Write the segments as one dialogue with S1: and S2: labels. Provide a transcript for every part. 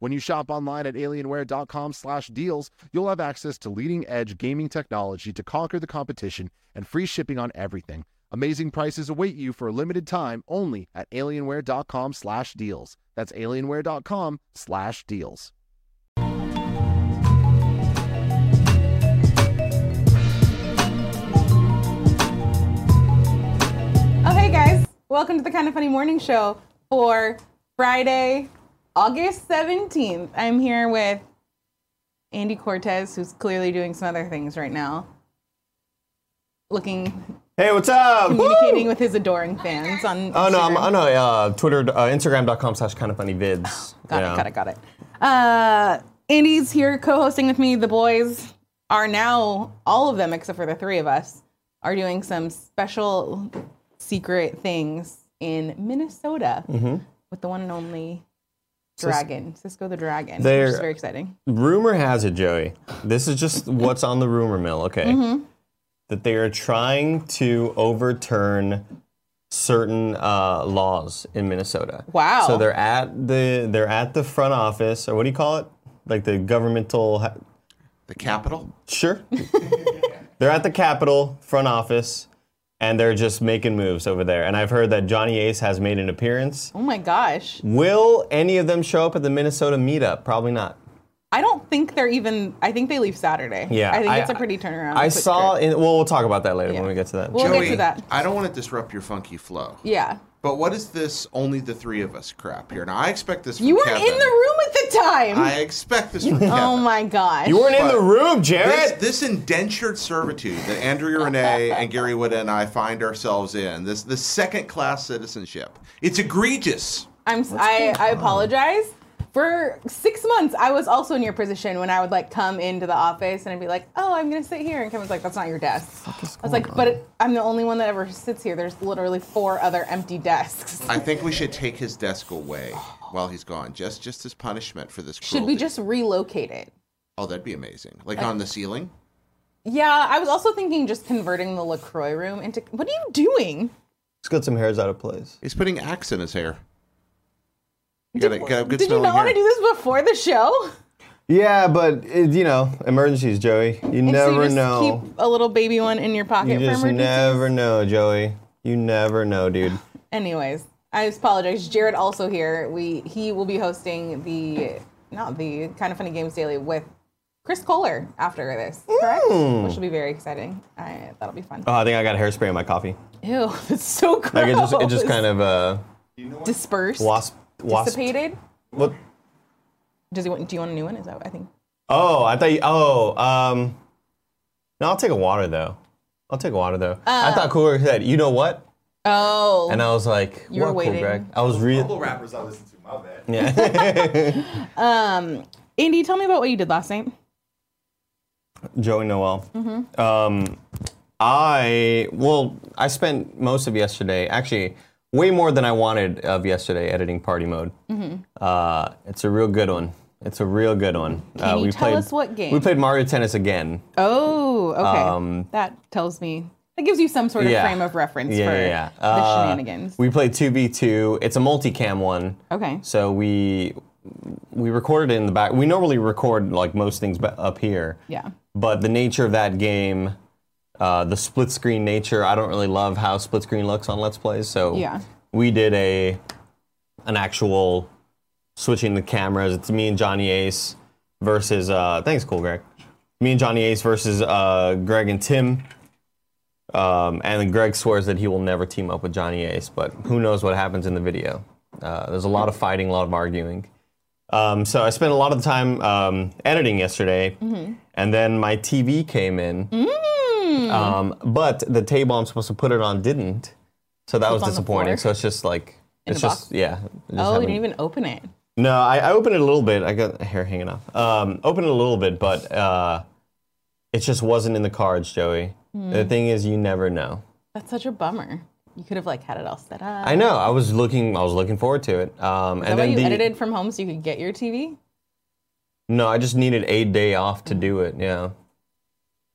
S1: When you shop online at alienware.com/deals, you'll have access to leading-edge gaming technology to conquer the competition and free shipping on everything. Amazing prices await you for a limited time only at alienware.com/deals. That's alienware.com/deals.
S2: Oh, hey guys. Welcome to the Kind of Funny Morning Show for Friday, August 17th. I'm here with Andy Cortez, who's clearly doing some other things right now, looking,
S3: Hey, what's up?
S2: communicating with his adoring fans on.
S3: Oh no, I'm
S2: Instagram.
S3: on uh, Twitter, uh, Instagram.com slash kind of funny vids.
S2: Oh, Got it, got it, got it. Uh, Andy's here co hosting with me. The boys are now, all of them except for the three of us, are doing some special secret things in Minnesota
S3: Mm-hmm.
S2: with the one and only dragon, Cisco the Dragon, which is
S3: They're-
S2: very exciting.
S3: Rumor has it, Joey. This is just what's on the rumor mill. Okay, that they are trying to overturn certain uh, laws in Minnesota.
S2: Wow.
S3: So they're at the they're at the front office, or what do you call it? Like the governmental. ha-
S4: The capital?
S3: Sure. they're at the Capitol front office, and they're just making moves over there. And I've heard that Johnny Ace has made an appearance.
S2: Oh my gosh.
S3: Will any of them show up at the Minnesota meetup? Probably not.
S2: I don't think they're even, I think they leave Saturday.
S3: Yeah,
S2: I think
S3: I-
S2: it's a pretty turnaround.
S3: I
S2: quick
S3: saw.
S2: trip.
S3: In, well, we'll talk about that later
S2: Yeah.
S3: when we get to that.
S2: We'll get to that.
S4: I don't want to disrupt your funky flow.
S2: Yeah.
S4: But what is this only the three of us crap here? Now I expect this from
S2: You were
S4: Kevin.
S2: in the room at the time.
S4: I expect this from Kevin.
S2: oh my gosh.
S3: you weren't in
S4: But
S3: the room,
S4: This,
S3: Jared.
S4: this indentured servitude that Andrea Renee and Gary Whitta and I find ourselves in, this this second class citizenship. It's egregious.
S2: I'm s- I, I apologize. For six months, I was also in your position when I would like come into the office and I'd be like, "Oh, I'm gonna sit here," and Kevin's like, "That's not your desk." I was like, "But it, I'm the only one that ever sits here. There's literally four other empty desks.
S4: I think we should take his desk away while he's gone, just just as punishment for this
S2: Should
S4: cruelty.
S2: we just relocate it?"
S4: Oh, that'd be amazing. Like on the ceiling?
S2: Yeah, I was also thinking just converting the Lacroix room into. What are you doing?
S3: Let's get some hairs out of place.
S4: He's putting axe in his hair. You gotta, gotta have good
S2: Did you
S4: smelling
S2: not want to do
S4: hair.
S2: this before the show?
S3: Yeah, but it, you know, emergencies, Joey. You
S2: So you
S3: never
S2: just
S3: know.
S2: Keep a little baby one in your pocket
S3: you
S2: for
S3: just
S2: emergencies.
S3: never know, Joey. You never know, dude.
S2: Anyways, I just apologize. Jared also here. We he will be hosting the not the kind of funny games daily with Chris Kohler after this, correct? Which will be very exciting. I, that'll be fun.
S3: Mm. Oh, I think I got hairspray in my coffee.
S2: Ew, that's so gross.
S3: Like it just, it just kind of uh,
S2: dispersed,
S3: wasp, wasp.
S2: dissipated.
S3: What?
S2: Does he want? Do you want a new one? Is that what I think?
S3: Oh, I thought. You, oh, um, no, I'll take a water though. I'll take a water though. I thought Cooler said, "You know what?"
S2: Oh,
S3: And I was like,
S2: You were
S3: "What,
S2: waiting.
S3: Cool Greg?" I was re-
S5: couple rappers I listen to. My bad.
S3: yeah.
S2: Andy, tell me about what you did last night.
S3: Joey Noel. Um, I well, I spent most of yesterday actually. Way more than I wanted of yesterday editing party mode. Uh, it's a real good one. It's a real good one.
S2: Can
S3: uh,
S2: you
S3: we
S2: tell
S3: played,
S2: us what game?
S3: We played Mario Tennis again.
S2: Oh, okay. that tells me. That gives you some sort of
S3: Um, Yeah.
S2: frame of reference
S3: Yeah,
S2: for
S3: yeah, yeah.
S2: the
S3: Uh,
S2: shenanigans.
S3: We played two v two. It's a multicam one.
S2: Okay.
S3: So we we recorded it in the back. We normally record like most things ba- up here.
S2: Yeah.
S3: But the nature of that game, uh, the split screen nature, I don't really love how split screen looks on Let's Plays. So
S2: Yeah.
S3: we did a an actual switching the cameras. It's me and Johnny Ace versus uh, thanks, cool Greg. Me and Johnny Ace versus uh, Greg and Tim. Um, and then Greg swears that he will never team up with Johnny Ace, but who knows what happens in the video. Uh, there's a lot of fighting, a lot of arguing. Um, so I spent a lot of the time um, editing yesterday, and then my TV came in.
S2: Mm.
S3: Um,
S2: Mm-hmm.
S3: but the table I'm supposed to put it on didn't, so that was
S2: on the floor?
S3: disappointing. So it's just like it's
S2: the
S3: just
S2: box?
S3: yeah. it just
S2: Oh, you
S3: haven't-
S2: didn't even open it.
S3: no, I, I opened it a little bit. I got hair hanging off. Um, opened it a little bit, but uh, It just wasn't in the cards, Joey.
S2: Hmm.
S3: The thing is, you never know.
S2: That's such a bummer. You could have like had it all set up.
S3: I know. I was looking. I was looking forward to it.
S2: Uh-huh. Is that
S3: Um, and
S2: why
S3: then
S2: you
S3: the,
S2: edited from home so you could get your TV?
S3: No, I just needed a day off
S2: Hmm.
S3: to do it. Yeah,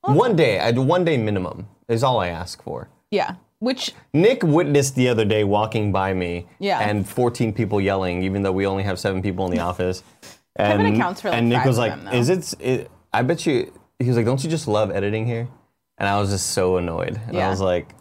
S3: one day. I one day minimum is all I ask for.
S2: Yeah. Which
S3: Nick witnessed the other day walking by me,
S2: Yeah.
S3: and 14 people yelling, even though we only have seven people in the office. And,
S2: accounts for, like,
S3: and Nick
S2: five
S3: was
S2: of
S3: like,
S2: them, though.
S3: "Is it, it? I bet you." He was like, "Don't you just love editing here?" And I was just so annoyed, and I
S2: Yeah.
S3: was like,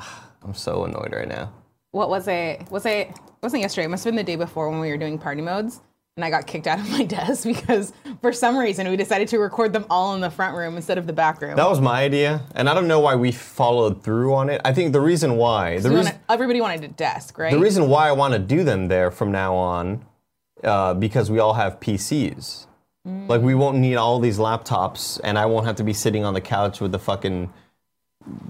S3: "Ah, "I'm so annoyed right now."
S2: what was it? Was it wasn't yesterday? It must have been the day before when we were doing party modes, and I got kicked out of my desk because for some reason we decided to record them all in the front room instead of the back room.
S3: That was my idea, and I don't know why we followed through on it. I think the reason why the
S2: We
S3: reason
S2: wanted- everybody wanted a desk, right?
S3: The reason why I want to do them there from now on, uh, because we all have PCs.
S2: Mm.
S3: Like we won't need all these laptops, and I won't have to be sitting on the couch with the fucking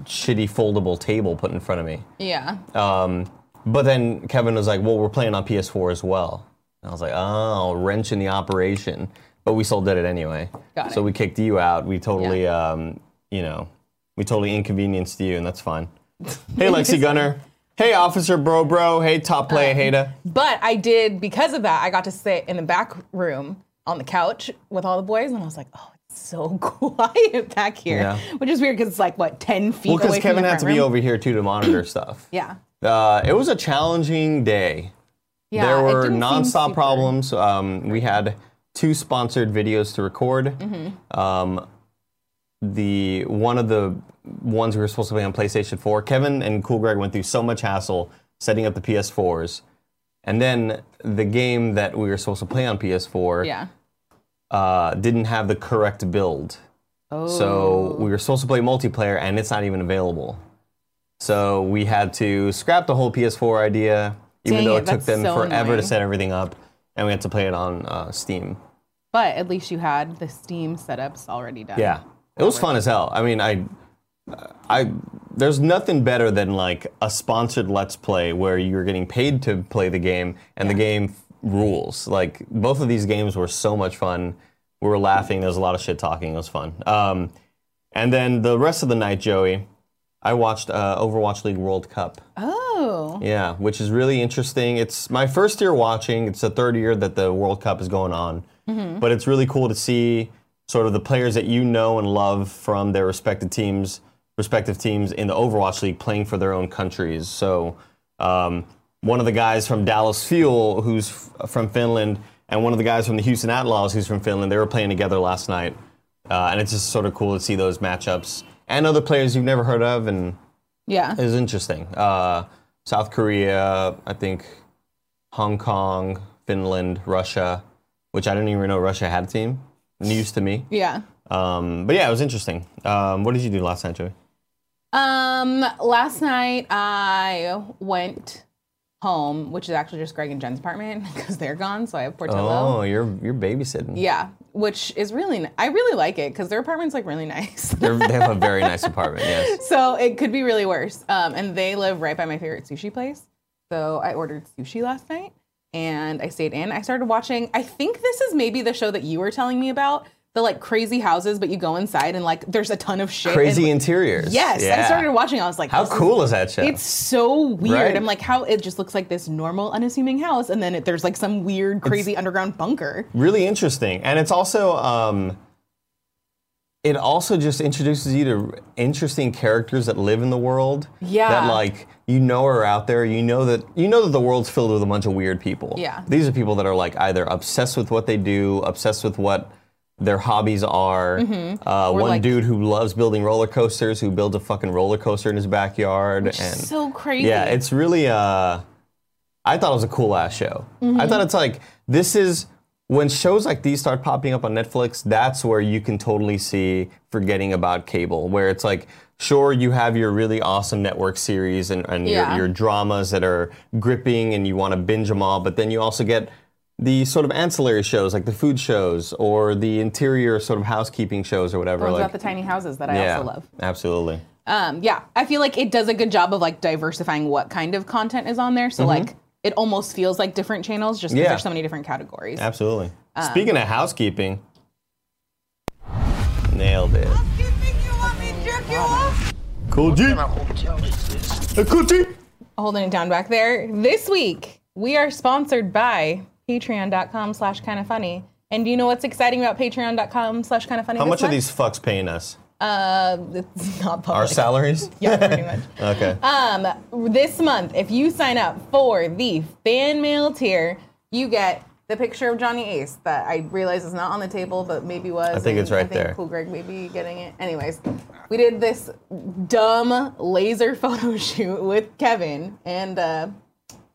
S3: shitty foldable table put in front of me.
S2: yeah.
S3: Um, but then Kevin was like, "Well, we're playing on PS4 as well." And I was like, "Oh, wrench in the operation," but we still did it anyway.
S2: Got
S3: So
S2: it.
S3: we kicked you out. We totally, um, you know, we totally inconvenienced you, and that's fine. hey, Lexi Gunner. Hey, Officer Bro Bro. Hey, Top Player
S2: Uh,
S3: Hater.
S2: But I did because of that. I got to sit in the back room on the couch with all the boys, and I was like, oh. it's So quiet back here,
S3: Yeah.
S2: which is weird because it's like what ten feet
S3: Well, because
S2: away from
S3: Kevin
S2: the
S3: had
S2: front
S3: to be
S2: room.
S3: over here too to monitor stuff.
S2: Yeah,
S3: Uh, it was a challenging day.
S2: yeah.
S3: there
S2: it
S3: were
S2: didn't seem
S3: nonstop
S2: super-
S3: problems. Um, we had two sponsored videos to record.
S2: Mm-hmm.
S3: Um, the one of the ones we were supposed to play on PlayStation 4. Kevin and Cool Greg went through so much hassle setting up the PS4s, and then the game that we were supposed to play on PS4
S2: Yeah.
S3: uh, didn't have the correct build.
S2: Oh.
S3: So we were supposed to play multiplayer, and it's not even available. So we had to scrap the whole PS4 idea, even
S2: Dang
S3: though
S2: it,
S3: it, took
S2: that's
S3: them
S2: so
S3: forever
S2: annoying.
S3: to set everything up, and we had to play it on uh, Steam.
S2: But at least you had the Steam setups already done.
S3: Yeah, it was fun as hell. I mean, I, I, there's nothing better than like a sponsored Let's Play where you're getting paid to play the game and the game f- rules. Like both of these games were so much fun. We were laughing. There was a lot of shit talking. It was fun. Um, and then the rest of the night, Joey, I watched uh, Overwatch League World Cup.
S2: Oh.
S3: Yeah, which is really interesting. It's my first year watching. It's the third year that the World Cup is going on. But it's really cool to see sort of the players that you know and love from their respective teams, respective teams in the Overwatch League playing for their own countries. So um, one of the guys from Dallas Fuel, who's f- from Finland, and one of the guys from the Houston Outlaws, who's from Finland, they were playing together last night. Uh, and it's just sort of cool to see those matchups and other players you've never heard of and
S2: Yeah.
S3: it was interesting. Uh, South Korea, I think, Hong Kong, Finland, Russia, which I didn't even know Russia had a team. News to me.
S2: Yeah.
S3: Um, but yeah, it was interesting. Um, what did you do last night, Joey?
S2: Um, last night I went home, which is actually just Greg and Jen's apartment because they're gone, so I have Portillo.
S3: Oh, you're you're babysitting.
S2: Yeah, which is really n- I really like it because their apartment's like really nice.
S3: They're, they have a very nice apartment. Yes.
S2: so it could be really worse. Um, and they live right by my favorite sushi place. So I ordered sushi last night and I stayed in. I started watching, I think this is maybe the show that you were telling me about the like crazy houses, but you go inside and like there's a ton of shit.
S3: Crazy
S2: And,
S3: interiors.
S2: yes. I
S3: Yeah.
S2: started watching. I was like,
S3: How
S2: this is-
S3: cool is that show?
S2: it's so weird.
S3: Right?
S2: I'm like, how it just looks like this normal, unassuming house, and then it, there's like some weird, crazy underground bunker.
S3: really interesting and it's also um, it also just introduces you to interesting characters that live in the world
S2: Yeah.
S3: that like you know are out there you know that you know that the world's filled with a bunch of weird people
S2: Yeah.
S3: these are people that are like either obsessed with what they do obsessed with what their hobbies are uh, one
S2: Mm-hmm. like-
S3: dude who loves building roller coasters who builds a fucking roller coaster in his backyard and
S2: So crazy.
S3: yeah, it's really. Uh, I thought it was a cool ass show.
S2: Mm-hmm.
S3: I thought it's like this is when shows like these start popping up on Netflix. That's where you can totally see forgetting about cable, where it's like. Sure, you have your really awesome network series and, and
S2: Yeah.
S3: your, your dramas that are gripping and you want to binge them all, but then you also get the sort of ancillary shows like the food shows or the interior sort of housekeeping shows or whatever.
S2: Those
S3: like,
S2: about the tiny houses that I
S3: yeah,
S2: also love.
S3: absolutely.
S2: Um, yeah, I feel like it does a good job of like diversifying what kind of content is on there. So like, it almost feels like different channels just because
S3: Mm-hmm. Yeah.
S2: there's so many different categories. Um,
S3: Absolutely. Speaking of housekeeping, nailed it.
S5: Housekeeping
S2: you off.
S3: Cool G. Hey, Cool G.
S2: Holding it down back there. This week, we are sponsored by patreon.com slash kind of funny. And do you know what's exciting about patreon.com slash kind of funny?
S3: How much are these fucks paying us?
S2: Uh, it's not public.
S3: Our salaries?
S2: yeah, pretty much.
S3: Okay.
S2: Um, this month, if you sign up for the fan mail tier, you get the picture of Johnny Ace that I realize is not on the table, but maybe was.
S3: I think it's
S2: and
S3: right there.
S2: Cool Greg may be getting it. Anyways, we did this dumb laser photo shoot with Kevin and uh,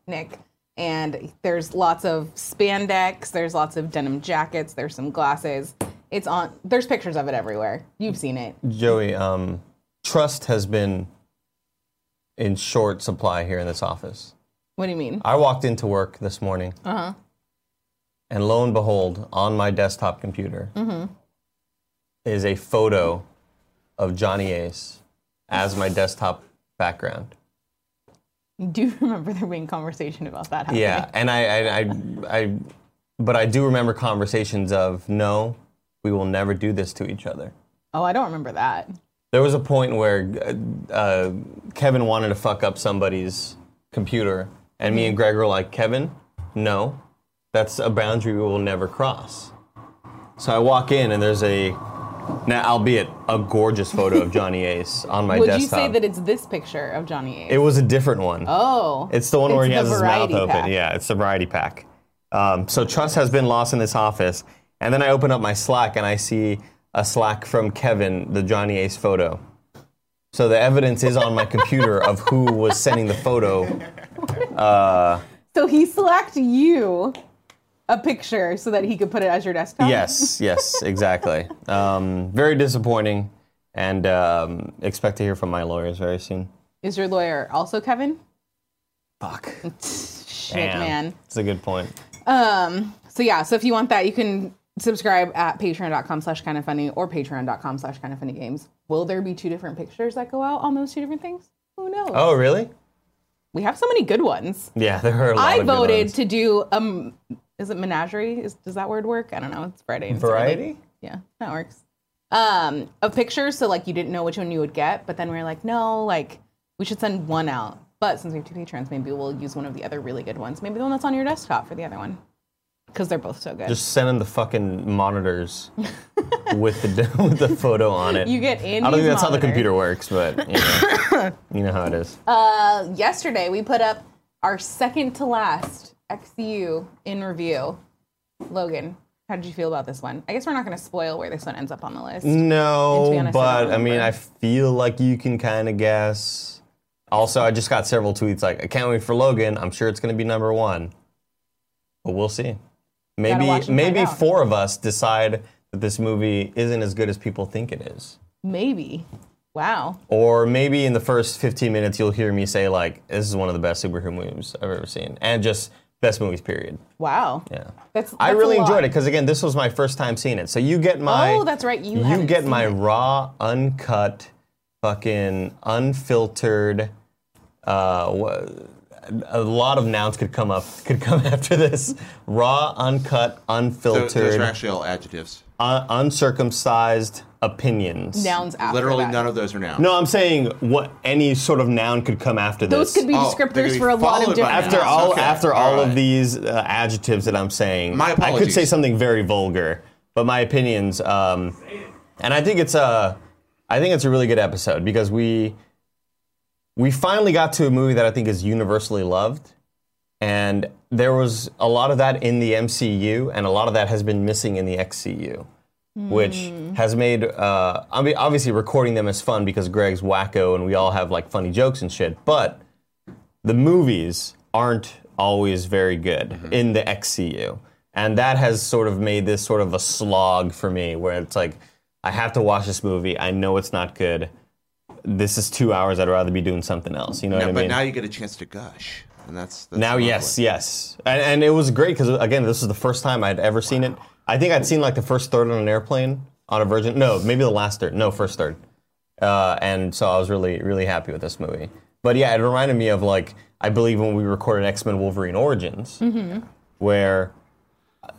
S2: Nick. And there's lots of spandex, there's lots of denim jackets, there's some glasses. It's on, there's pictures of it everywhere. You've seen it.
S3: Joey, um, trust has been in short supply here in this office.
S2: What do you mean?
S3: I walked into work this morning.
S2: Uh-huh.
S3: And lo and behold, on my desktop computer
S2: Mm-hmm.
S3: is a photo of Johnny Ace as my desktop background.
S2: do you remember there being conversation about that happening.
S3: Yeah, and I, I, I, I, but I do remember conversations of no, we will never do this to each other.
S2: Oh, I don't remember that.
S3: There was a point where uh, uh, Kevin wanted to fuck up somebody's computer, and
S2: Mm-hmm.
S3: me and Greg were like, Kevin, no, that's a boundary we will never cross. So I walk in, and there's a, now albeit a gorgeous photo of Johnny Ace on my
S2: Would
S3: desktop.
S2: you say that it's this picture of Johnny Ace?
S3: it was a different one.
S2: oh,
S3: It's the one where he
S2: the
S3: has his mouth
S2: variety
S3: open.
S2: pack.
S3: Yeah, it's the variety pack. Um, so trust has been lost in this office. And then I open up my Slack and I see a Slack from Kevin, the Johnny Ace photo. So the evidence is on my computer of who was sending the photo.
S2: So he select you a picture so that he could put it as your desktop.
S3: Yes, yes, exactly. Um, very disappointing. And um, expect to hear from my lawyers very soon.
S2: Is your lawyer also Kevin?
S3: Fuck.
S2: Shit,
S3: Damn.
S2: man.
S3: It's a good point.
S2: Um. So yeah. So if you want that, you can subscribe at patreon.com slash kind of funny or patreon.com slash kind of funny games will there be two different pictures that go out on those two different things who knows
S3: Oh, really?
S2: we have so many good ones
S3: Yeah, there are a lot
S2: I
S3: of good
S2: voted
S3: ones.
S2: to do um is it menagerie? Is, does that word work? I don't know. It's Friday. It's early.
S3: Variety?
S2: Yeah, that works. Um of pictures, so like you didn't know which one you would get, but then we were like, no, like we should send one out. But since we have two patrons, maybe we'll use one of the other really good ones. Maybe the one that's on your desktop for the other one. Because they're both so good.
S3: Just send him the fucking monitors with the with the photo on it.
S2: you get Andy's
S3: I don't think that's how the
S2: monitor.
S3: computer works, but you know, you know how it is.
S2: Uh, yesterday we put up our second to last XCU in review. Logan, how did you feel about this one? I guess we're not going to spoil where this one ends up on the list. and to be
S3: no,
S2: honest, I
S3: but
S2: don't
S3: I, mean,
S2: remember.
S3: I feel like you can kind of guess. Also, I just got several tweets like, "I can't wait for Logan. I'm sure it's going to be number one." But we'll see. Maybe
S2: watch and
S3: maybe
S2: find out.
S3: four of us decide that this movie isn't as good as people think it is.
S2: Maybe. Wow.
S3: Or maybe in the first 15 minutes, you'll hear me say, like, this is one of the best superhero movies I've ever seen. And just best movies, period.
S2: Wow.
S3: Yeah.
S2: That's,
S3: I
S2: that's a
S3: really
S2: lot.
S3: enjoyed it because, again, this was my first time seeing it. So you get my.
S2: Oh, that's right, you
S3: You
S2: haven't
S3: get
S2: seen
S3: my
S2: it.
S3: raw, uncut, fucking unfiltered. Uh, wha- a lot of nouns could come up, could come after this. Raw, uncut,
S4: So-
S3: unfiltered,
S4: so it's actual adjectives.
S3: un- uncircumcised opinions.
S2: Nouns after
S4: Literally
S2: that.
S4: none of those are nouns.
S3: No, I'm saying what any sort of noun could come after
S2: Those
S3: this.
S2: could be
S4: Oh, they're
S2: descriptors
S4: gonna
S2: for a
S4: be
S2: lot of
S4: followed by
S2: different.
S3: after
S4: nouns.
S3: all
S4: Okay,
S3: after all of
S4: alright.
S3: these uh, adjectives that I'm saying.
S4: My
S3: I could say
S4: apologies.
S3: something very vulgar, but my opinions. Um, and I think it's a, I think it's a really good episode because we, we finally got to a movie that I think is universally loved, and there was a lot of that in the MCU, and a lot of that has been missing in the XCU which
S4: Hmm.
S3: has made uh, I mean, obviously recording them is fun because Greg's wacko and we all have like funny jokes and shit. But the movies aren't always very good
S4: Mm-hmm.
S3: in the XCU, and that has sort of made this sort of a slog for me, where it's like I have to watch this movie. I know it's not good. This is two hours. I'd rather be doing something else. You know
S4: Yeah,
S3: what I
S4: but
S3: mean?
S4: now you get a chance to gush, and that's, that's
S3: Now,
S4: lovely.
S3: yes, yes, and, and it was great because again, this was the first time I'd ever seen it. I think I'd seen like the first third on an airplane on a Virgin. No, maybe the last third. No, first third. Uh, and so I was really, really happy with this movie. But yeah, it reminded
S4: Mm-hmm.
S3: me of like I believe when we recorded X Men Wolverine Origins, where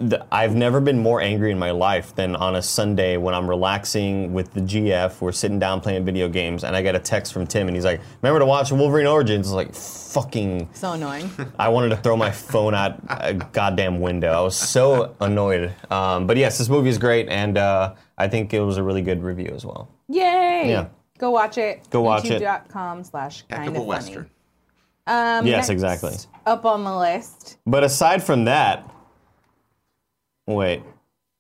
S3: th- I've never been more angry in my life than on a Sunday when I'm relaxing with the GF. We're sitting down playing video games, and I get a text from Tim, and he's like, "Remember to watch Wolverine Origins." It's like, fucking.
S2: So annoying.
S3: I wanted to throw my phone out a goddamn window. I was so annoyed. Um, but yes, this movie is great, and uh, I think it was a really good review as well.
S2: Yay!
S3: Yeah.
S2: Go watch it.
S3: Go watch it.
S2: YouTube.com slash
S4: Heck of
S2: kind
S4: a
S2: of funny.
S4: western.
S2: Um, next
S3: Yes, exactly.
S2: Up on the list.
S3: But aside from that, wait,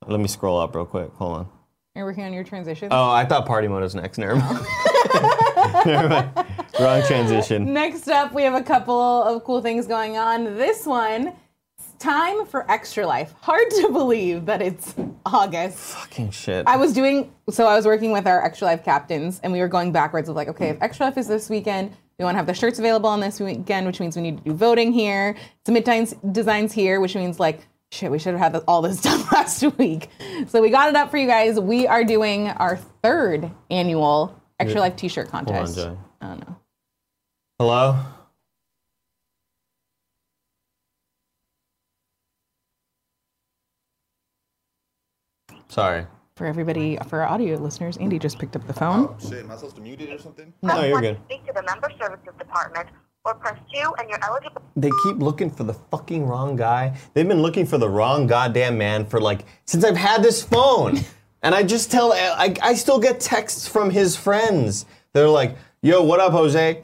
S3: let me scroll up real quick. Hold on.
S2: You're working on your transition.
S3: Oh, I thought party mode was next. Never mind. Never mind. Wrong transition.
S2: Next up, we have a couple of cool things going on. This one, it's time for Extra Life. Hard to believe that it's August.
S3: Fucking shit.
S2: I was doing so. I was working with our Extra Life captains, and we were going backwards of like, okay, if Extra Life is this weekend, we want to have the shirts available on this weekend, which means we need to do voting here. Submit times designs here, which means like, shit, we should have had all this done last week. So we got it up for you guys. We are doing our third annual Extra Life T-shirt
S3: Hold on,
S2: contest.
S3: Joey.
S2: I don't know.
S3: Hello? Sorry.
S2: for everybody for our audio listeners andy just picked up the
S3: Oh.
S2: phone
S5: Shit, am I supposed to mute it or something?
S3: No, you're
S6: want
S3: good.
S6: to speak to the member services department or press 2 and you're eligible
S3: They keep looking for the fucking wrong guy. They've been looking for the wrong goddamn man for like since I've had this phone. and I just tell I, I still get texts from his friends. They're like, "Yo, what up, Jose?"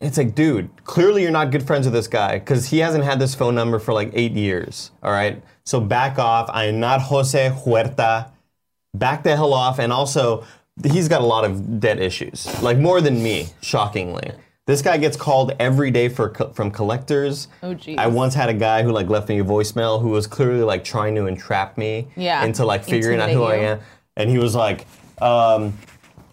S3: It's like, dude, clearly you're not good friends with this guy because he hasn't had this phone number for like eight years. All right, so back off. I am not Jose Huerta. Back the hell off. And also, he's got a lot of debt issues, like more than me, shockingly. This guy gets called every day for co- from collectors.
S2: Oh, geez.
S3: I once had a guy who like left me a voicemail who was clearly like trying to entrap me
S2: Yeah.
S3: into like figuring out who I
S2: Intimidate you.
S3: am, and he was like. Um,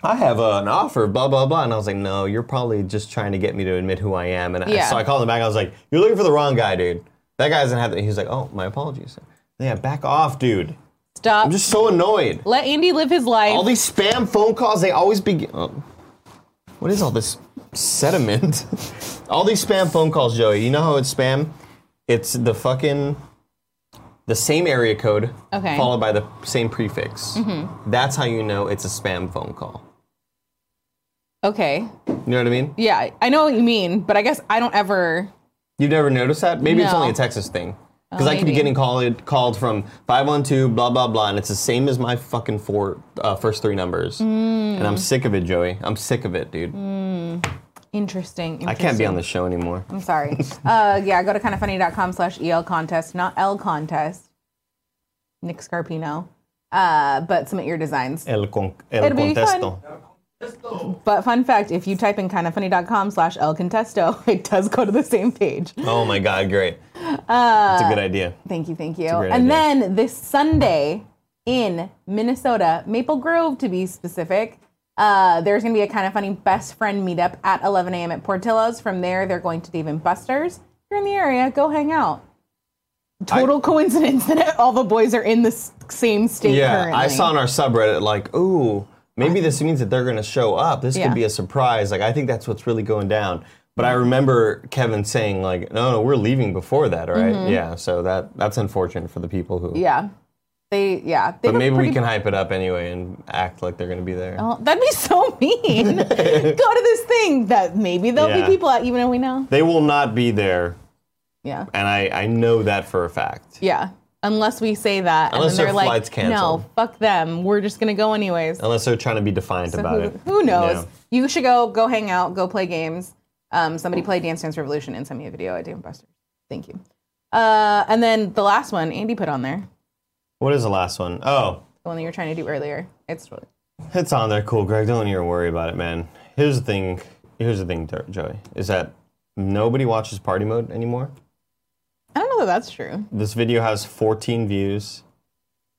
S3: I have uh, an offer, blah blah blah, and I was like, no, you're probably just trying to get me to admit who I am, and I-
S2: Yeah.
S3: so I called him back. I was like, you're looking for the wrong guy, dude. That guy doesn't have. The, he was like, oh, my apologies. Yeah, back off, dude.
S2: stop
S3: I'm just so annoyed.
S2: let andy live his life
S3: All these spam phone calls, they always begin. Oh. What is all this sediment? all these spam phone calls, Joey. You know how it's spam? It's the fucking the same area code
S2: Okay. Mm-hmm.
S3: followed by the same prefix. That's how you know it's a spam phone call.
S2: okay
S3: You know what I mean?
S2: yeah i know what you mean but i guess i don't ever
S3: You've never noticed that? Maybe it's
S2: No.
S3: only a Texas thing. Because
S2: Oh,
S3: I could be
S2: maybe.
S3: getting called called from 512 blah blah blah, and it's the same as my fucking four uh, first three numbers, and I'm sick of it, Joey. I'm sick of it, dude.
S2: interesting, interesting.
S3: I can't be on the show anymore.
S2: i'm sorry uh yeah go to kindoffunny.com slash el contest not l contest nick scarpino uh but submit your designs
S3: El, con- el
S2: It'll be
S3: contesto.
S2: but fun fact if you type in kindoffunny.com slash el contesto it does go to the same page
S3: Oh my god, great.
S2: Uh,
S3: That's a good idea.
S2: Thank you, thank you.
S3: great
S2: And
S3: idea.
S2: then this Sunday in Minnesota, Maple Grove to be specific, uh, there's going to be a kind of funny best friend meetup at 11 a.m. at Portillo's. From there, they're going to Dave and Buster's. If you're in the area, go hang out. Total coincidence that all the boys are in the s- same state
S3: Yeah,
S2: currently.
S3: I saw on our subreddit like, ooh, maybe this means that they're gonna show up. This
S2: Yeah.
S3: could be a surprise. Like, I think that's what's really going down. But I remember Kevin saying like, no, no, we're leaving before that, right? Yeah. So that that's unfortunate for the people who.
S2: Mm-hmm. Yeah. They, yeah. They
S3: But
S2: were
S3: maybe
S2: pretty Oh.
S3: we can hype it up anyway and act like they're gonna be there.
S2: well, that'd be so mean. go to this thing that maybe there'll
S3: Yeah.
S2: be people at, even though we know.
S3: They will not be there,
S2: Yeah.
S3: and I I know that for a fact.
S2: Yeah. Unless we say that. and
S3: Unless
S2: then
S3: their
S2: they're like,
S3: flight's canceled.
S2: no, fuck them. We're just going to go anyways.
S3: Unless they're trying to be defiant about
S2: who,
S3: it.
S2: who knows?
S3: Yeah.
S2: You should go go hang out, go play games. Um, somebody play Dance Dance Revolution and send me a video at Dave Buster. Thank you. Uh, and then the last one Andy put on there,
S3: What is the last one? Oh,
S2: the one that you were trying to do earlier. It's really
S3: It's on there, cool, Greg. Don't even worry about it, man. Here's the thing. Here's the thing, Dir- Joey. Is that nobody watches Party Mode anymore?
S2: I don't know that that's true.
S3: This video has 14 views.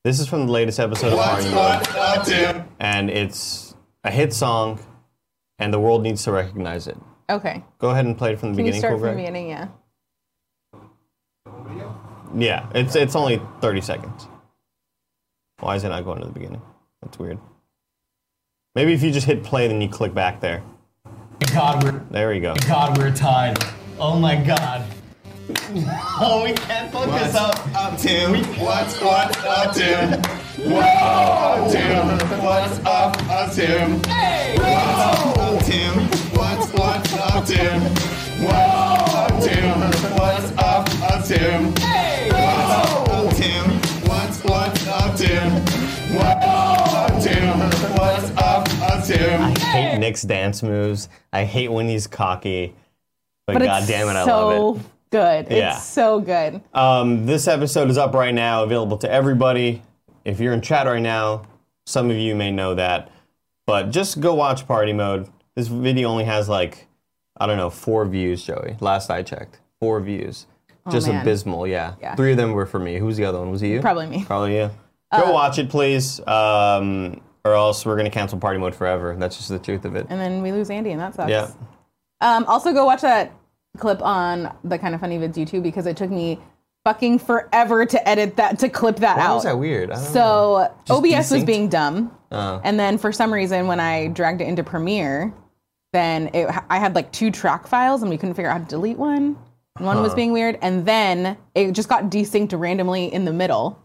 S3: This is from the latest episode of Party Mode,
S5: what, Tim?
S3: and it's a hit song, and the world needs to recognize it.
S2: Okay.
S3: Go ahead and play it from the
S2: Can you
S3: beginning,
S2: start
S3: cool,
S2: from the beginning?
S3: Greg.
S2: Yeah.
S3: Yeah, it's it's only 30 seconds. Why is it not going to the beginning? That's weird. Maybe if you just hit play, then you click back there.
S7: God, we're
S3: There we go.
S7: God, we're tied. Oh my God.
S3: Oh, we can't fuck
S7: What's
S3: this up.
S7: up, Tim? What's what up, Tim? What's up, Tim? What's up, up, Tim? What's up, up, Tim? What's what up, Tim? What's up, Tim? What's up, up, Tim? What's up, up, Tim? What's what up, Tim? What's up, Tim? What's up, up, Tim?
S3: I hate Nick's dance moves. I hate when he's cocky. But,
S2: But
S3: god
S2: it's
S3: damn it, I
S2: so
S3: love it.
S2: good.
S3: Yeah.
S2: It's so good.
S3: Um, this episode is up right now, available to everybody. If you're in chat right now, some of you may know that. But just go watch Party Mode. This video only has like, I don't know, four views, Joey. Last I checked. Four views. just
S2: Oh, man.
S3: abysmal, yeah.
S2: Yeah.
S3: Three of them were for me. Who's the other one? Was it you?
S2: Probably me. Uh,
S3: Probably you. Go watch it, please. Um, or else we're going to cancel Party Mode forever. That's just the truth of it.
S2: And then we lose Andy, and that sucks.
S3: Yeah.
S2: Um, also, go watch that clip on the kind of funny vids YouTube because it took me fucking forever to edit that to clip that
S3: Why
S2: out.
S3: was that weird? I don't know.
S2: So
S3: Just Oh.
S2: OBS was
S3: desynced?
S2: being dumb, and then for some reason, when I dragged it into Premiere, then it, I had like two track files, and we couldn't figure out how to delete one. And one was being weird, and then it just got desynced randomly in the middle.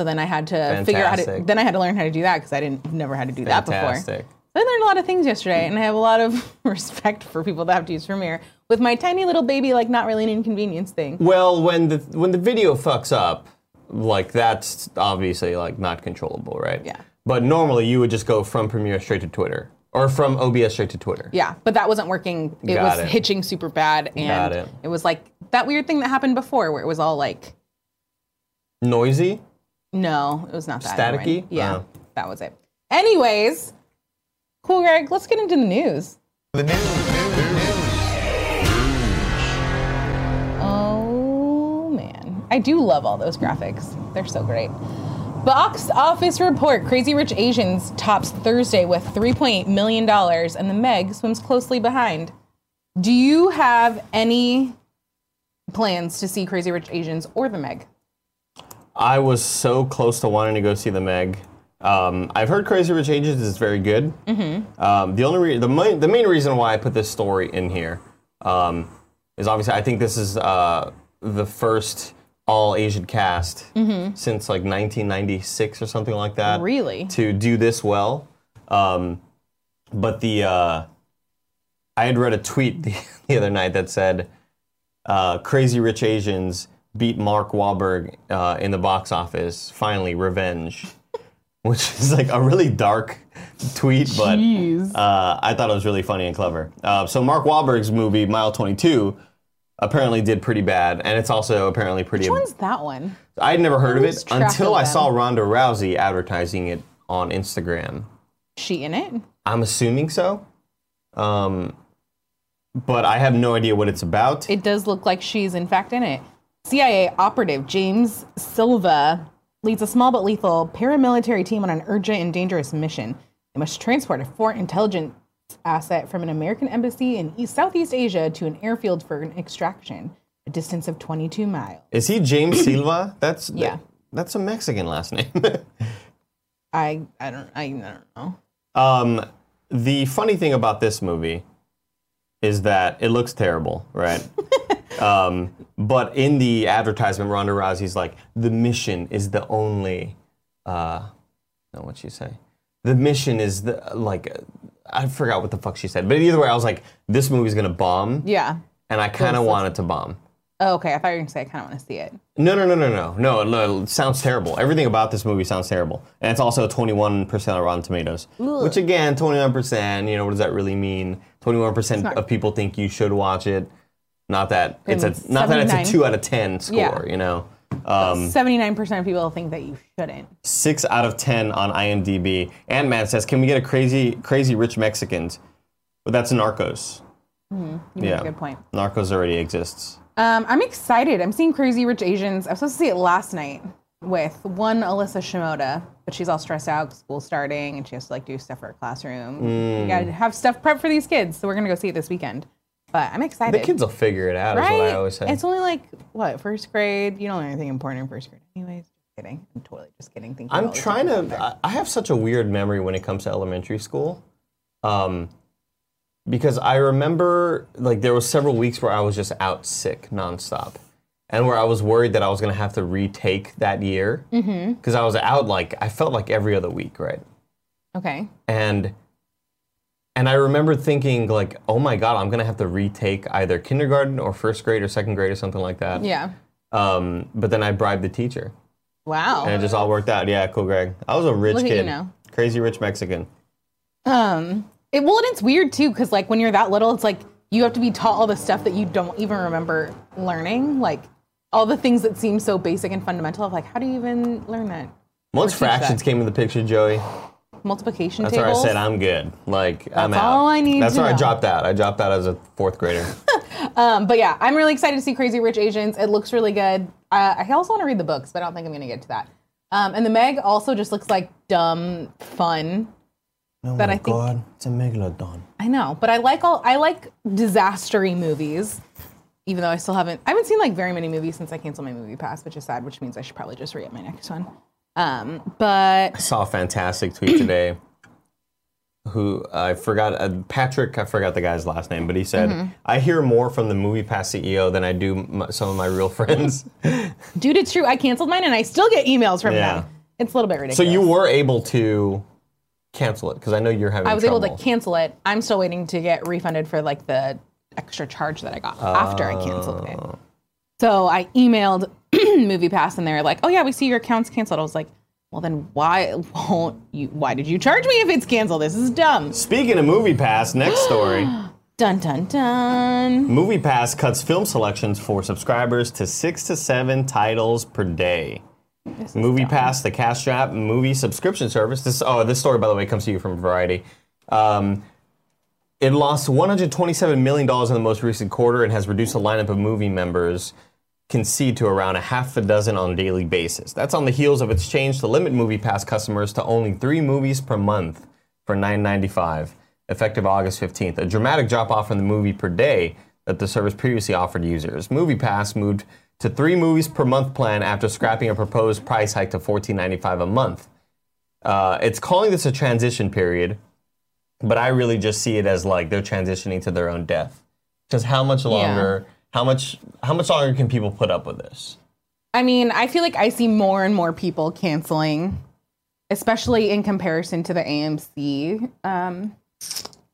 S2: So then I had to figure out how to.
S3: Fantastic.
S2: Then I had to learn how to do that because I didn't never had to do that before.
S3: Fantastic.
S2: I learned a lot of things yesterday, and I have a lot of respect for people that have to use Premiere with my tiny little baby, like not really an inconvenience thing.
S3: Well, when the when the video fucks up, like that's obviously like not controllable, right?
S2: Yeah.
S3: But normally you would just go from Premiere straight to Twitter or from OBS straight to Twitter.
S2: Yeah, but that wasn't working. It
S3: Got
S2: was
S3: it.
S2: hitching super bad, and
S3: Got it.
S2: was like that weird thing that happened before, where it was all like,
S3: Noisy.
S2: no, it was not that. never mind.
S3: Staticky?
S2: Yeah,
S3: Oh.
S2: that was it. Anyways, cool, Greg. Let's get into the news.
S7: The news, news,
S2: Oh man, I do love all those graphics. They're so great. Box office report: Crazy Rich Asians tops Thursday with 3.8 million dollars, and The Meg swims closely behind. Do you have any plans to see Crazy Rich Asians or The Meg?
S3: I was so close to wanting to go see the Meg. Um, I've heard Crazy Rich Asians is very good. Mm-hmm. Um, the only re- the main, the main reason why I put this story in here um, is obviously I think this is uh, the first all Asian cast since like 1996 or something like that.
S2: Really?
S3: to do this well. Um, but the uh, I had read a tweet the, the other night that said, uh, "Crazy Rich Asians beat Mark Wahlberg uh, in the box office. Finally, revenge." Which is like a really dark tweet, but uh, I thought it was really funny and clever. Uh, so Mark Wahlberg's movie Mile 22 apparently did pretty bad, and it's also apparently pretty.
S2: Which one's that one?
S3: I had never heard of it
S2: Lose track
S3: until
S2: of
S3: I
S2: them.
S3: saw Ronda Rousey advertising it on Instagram.
S2: She in it?
S3: I'm assuming so, um, but I have no idea what it's about.
S2: It does look like she's in fact in it. CIA operative James Silva leads a small but lethal paramilitary team on an urgent and dangerous mission. They must transport a foreign intelligence asset from an American embassy in East, Southeast Asia to an airfield for an extraction, a distance of 22 miles.
S3: Is he James Silva? That's
S2: Yeah.
S3: That's a Mexican last name.
S2: I I don't I, I don't know.
S3: um, the funny thing about this movie is that it looks terrible, right? um, but in the advertisement, Ronda Rousey's like, "The mission is the only." Uh, no, what'd she say? The mission is the like. uh, I forgot what the fuck she said, but either way, I was like, "This movie's gonna bomb,"
S2: Yeah.
S3: and I kind of want it to bomb.
S2: Oh, okay, I thought you were gonna say I kind of want to see it.
S3: No, no, no, no, no, no, no. It sounds terrible. Everything about this movie sounds terrible, and it's also 21% on Rotten Tomatoes, which again, 21%. You know, what does that really mean? 21% of people think you should watch it. Not that it's a
S2: means
S3: not that it's a
S2: 79.
S3: two out of ten score.
S2: Yeah.
S3: You know, um,
S2: 79% of people think that you shouldn't.
S3: six out of ten on IMDb. Ant Man says, "Can we get a crazy, crazy rich Mexicans?" But that's Narcos.
S2: Hmm, You make
S3: Yeah.
S2: a good point.
S3: Narcos already exists.
S2: Um, I'm excited. I'm seeing Crazy Rich Asians. I was supposed to see it last night with one Alyssa Shimoda, but she's all stressed out. 'cause School's starting, and she has to like do stuff for her classroom. We
S3: Mm.
S2: gotta have stuff prepped for these kids, so we're gonna go see it this weekend. But I'm excited.
S3: The kids will figure it out.
S2: right?
S3: Is what I always say.
S2: It's only like what first grade. You don't learn anything important in first grade, anyways. Just kidding. I'm totally just kidding. Thank you
S3: I'm
S2: all the
S3: trying
S2: people out
S3: to.
S2: there.
S3: I- I have such a weird memory when it comes to elementary school, um, because I remember like there was several weeks where I was just out sick nonstop, and where I was worried that I was going to have to retake that year because I was out like I felt like every other week, right?
S2: Okay.
S3: and and I remember thinking like, oh my god, I'm gonna have to retake either kindergarten or first grade or second grade or something like that.
S2: Yeah.
S3: Um, but then I bribed the teacher, and it
S2: Wow.
S3: just all worked out. Yeah, cool, Greg. I was a rich
S2: Look at you
S3: kid,
S2: now.
S3: crazy rich Mexican.
S2: Um. It, well, and it's weird too, because like when you're that little, it's like you have to be taught all the stuff that you don't even remember learning, like all the things that seem so basic and fundamental. Of like, how do you even learn that?
S3: Once
S2: teach that.
S3: fractions came in the picture, Joey,
S2: Multiplication
S3: that's where I
S2: tables.
S3: said I'm good. Like I'm
S2: That's
S3: out.
S2: all I need
S3: That's
S2: to
S3: where I
S2: know.
S3: dropped out. I dropped out as a fourth grader.
S2: Um, but yeah, I'm really excited to see Crazy Rich Asians. It looks really good. Uh, I also want to read the books, but I don't think I'm going to get to that. Um, and the Meg also just looks like dumb fun.
S3: oh
S2: That my I think- God,
S3: it's a megalodon.
S2: I know, but I like all I like disastery movies. Even though I still haven't, I haven't seen like very many movies since I canceled my movie pass, which is sad. Which means I should probably just re-up my next one. Um, but
S3: saw a fantastic tweet today. Who I forgot uh, Patrick? I forgot the guy's last name, but he said,
S2: Mm-hmm.
S3: "I hear more from the Movie Pass CEO than I do m- some of my real friends."
S2: dude, it's true. I canceled mine, and I still get emails from
S3: Yeah.
S2: them. It's a little bit ridiculous.
S3: so you were able to cancel it because I know you're having.
S2: I was
S3: trouble.
S2: able to cancel it. I'm still waiting to get refunded for like the extra charge that I got after I canceled it.
S3: Oh.
S2: So I emailed MoviePass and they're like, "Oh yeah, we see your account's canceled." I was like, "Well then, why won't you? Why did you charge me if it's canceled? This is dumb."
S3: Speaking of Movie Pass, next story.
S2: Dun dun dun.
S3: Movie Pass cuts film selections for subscribers to six to seven titles per day. Movie Pass, the Cash App, movie subscription service. This oh, this story by the way comes to you from Variety. Um, it lost 127 million dollars in the most recent quarter and has reduced the lineup of movie members can see to around a half a dozen on a daily basis. That's on the heels of its change to limit MoviePass customers to only three movies per month for $9.95, effective August 15th. A dramatic drop off from the movie per day that the service previously offered users. MoviePass moved to three movies per month plan after scrapping a proposed price hike to $14.95 a month. Uh, it's calling this a transition period, but I really just see it as like they're transitioning to their own death. Because how much longer? How much? How much longer can people put up with this?
S2: I mean, I feel like I see more and more people canceling, especially in comparison to the AMC um,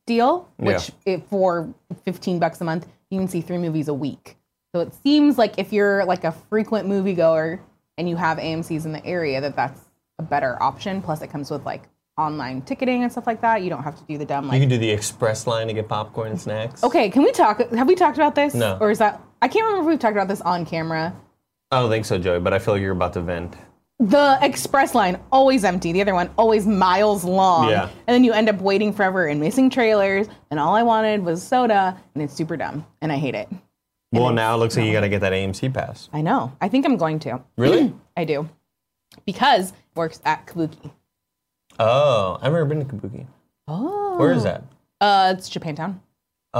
S2: deal, which it, for 15 bucks a month, you can see three movies a week. So it seems like if you're like a frequent moviegoer and you have AMCs in the area, that that's a better option. Plus, it comes with like online ticketing and stuff like that. You don't have to do the dumb
S3: You
S2: like.
S3: can do the express line to get popcorn and snacks.
S2: Okay, can we talk? Have we talked about this?
S3: Mm-hmm. No.
S2: Or is that? I can't remember if we've talked about this on camera.
S3: I don't think so, Joey. But I feel like you're about to vent.
S2: the express line always empty the other one always miles long
S3: Yeah.
S2: and then you end up waiting forever and missing trailers and all i wanted was soda and it's super dumb and i hate it
S3: Well, now it looks like you got to get that AMC pass.
S2: i know i think i'm going to
S3: Really?
S2: i do because it works at kabuki
S3: oh, I've never been to Kabuki.
S2: oh
S3: Where is that?
S2: uh it's japantown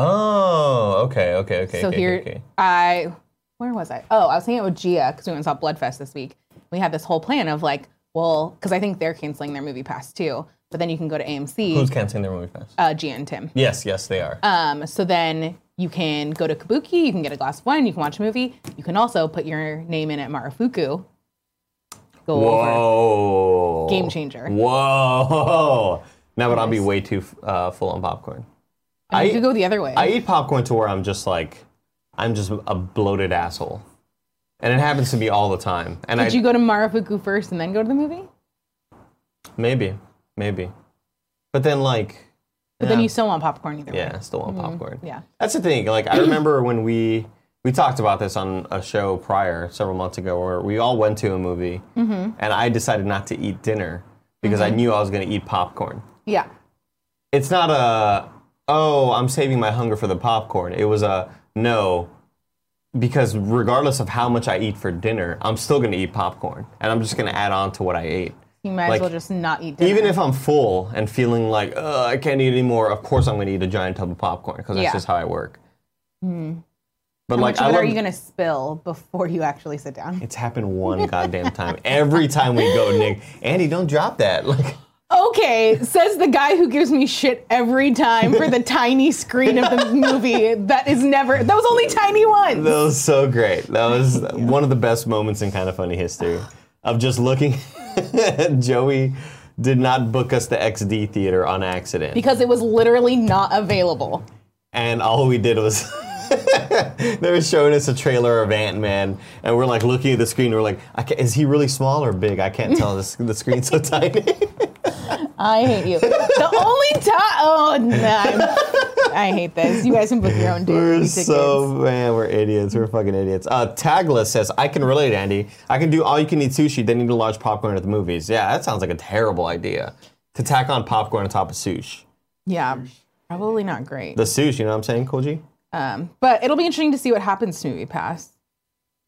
S3: Oh, okay, okay, okay.
S2: so
S3: okay,
S2: here
S3: okay.
S2: I where was I? Oh, I was hanging out with Gia because we went and saw Bloodfest this week. We had this whole plan of like, well, because I think they're canceling their movie pass too. But then you can go to
S3: who's
S2: AMC,
S3: canceling their movie pass?
S2: uh, Gia and Tim.
S3: yes, yes, they are.
S2: Um, so then you can go to Kabuki, you can get a glass of wine, you can watch a movie. You can also put your name in at Marafuku. Go Oh, over.
S3: Whoa.
S2: Game changer.
S3: Whoa. Now, but I'll be way too uh, full on popcorn.
S2: I,
S3: I-
S2: you could go the other way.
S3: I eat popcorn to where I'm just like, I'm just a bloated asshole. And it happens to me all the time. And I
S2: Did you go to Marafuku first and then go to the movie?
S3: maybe, maybe. But then like
S2: But then you still want popcorn either way.
S3: yeah, I still want popcorn.
S2: yeah.
S3: That's the thing. Like I remember when we we talked about this on a show prior several months ago where we all went to a movie and I decided not to eat dinner because I knew I was going to eat popcorn.
S2: Yeah.
S3: it's not a oh i'm saving my hunger for the popcorn it was a no because regardless of how much i eat for dinner i'm still going to eat popcorn and i'm just going to add on to what i ate
S2: You might
S3: Like,
S2: as well just not eat dinner.
S3: even if i'm full and feeling like Ugh, i can't eat anymore of course i'm going to eat a giant tub of popcorn because that's
S2: Yeah. Hmm.
S3: just how i work but
S2: How
S3: like
S2: much of
S3: I
S2: it
S3: love,
S2: are you gonna spill before you actually sit down?
S3: it's happened one goddamn time every time we go nick andy don't drop that like
S2: Okay, says the guy who gives me shit every time for the tiny screen of the movie that is never. That was only tiny once.
S3: That was so great. That was one of the best moments in kind of funny history of just looking. Joey did not book us the XD theater on accident,
S2: because it was literally not available.
S3: and all we did was. they were showing us a trailer of Ant Man, and we're like looking at the screen. We're like, I ca is he really small or big? I can't tell. This the screen's so tiny.
S2: I hate you. The only time. Oh, no. I'm- I hate this. You guys can book your own date.
S3: We're
S2: you
S3: so man, we're idiots. We're fucking idiots. Uh, Tagla says, "I can relate, Andy. I can do all you can eat sushi, then eat a large popcorn at the movies." Yeah, that sounds like a terrible idea to tack on popcorn on top of sushi.
S2: dickheads. Yeah, probably not great.
S3: The sushi, you know what I'm saying, Koji?
S2: Um, but it'll be interesting to see what happens to Movie Pass.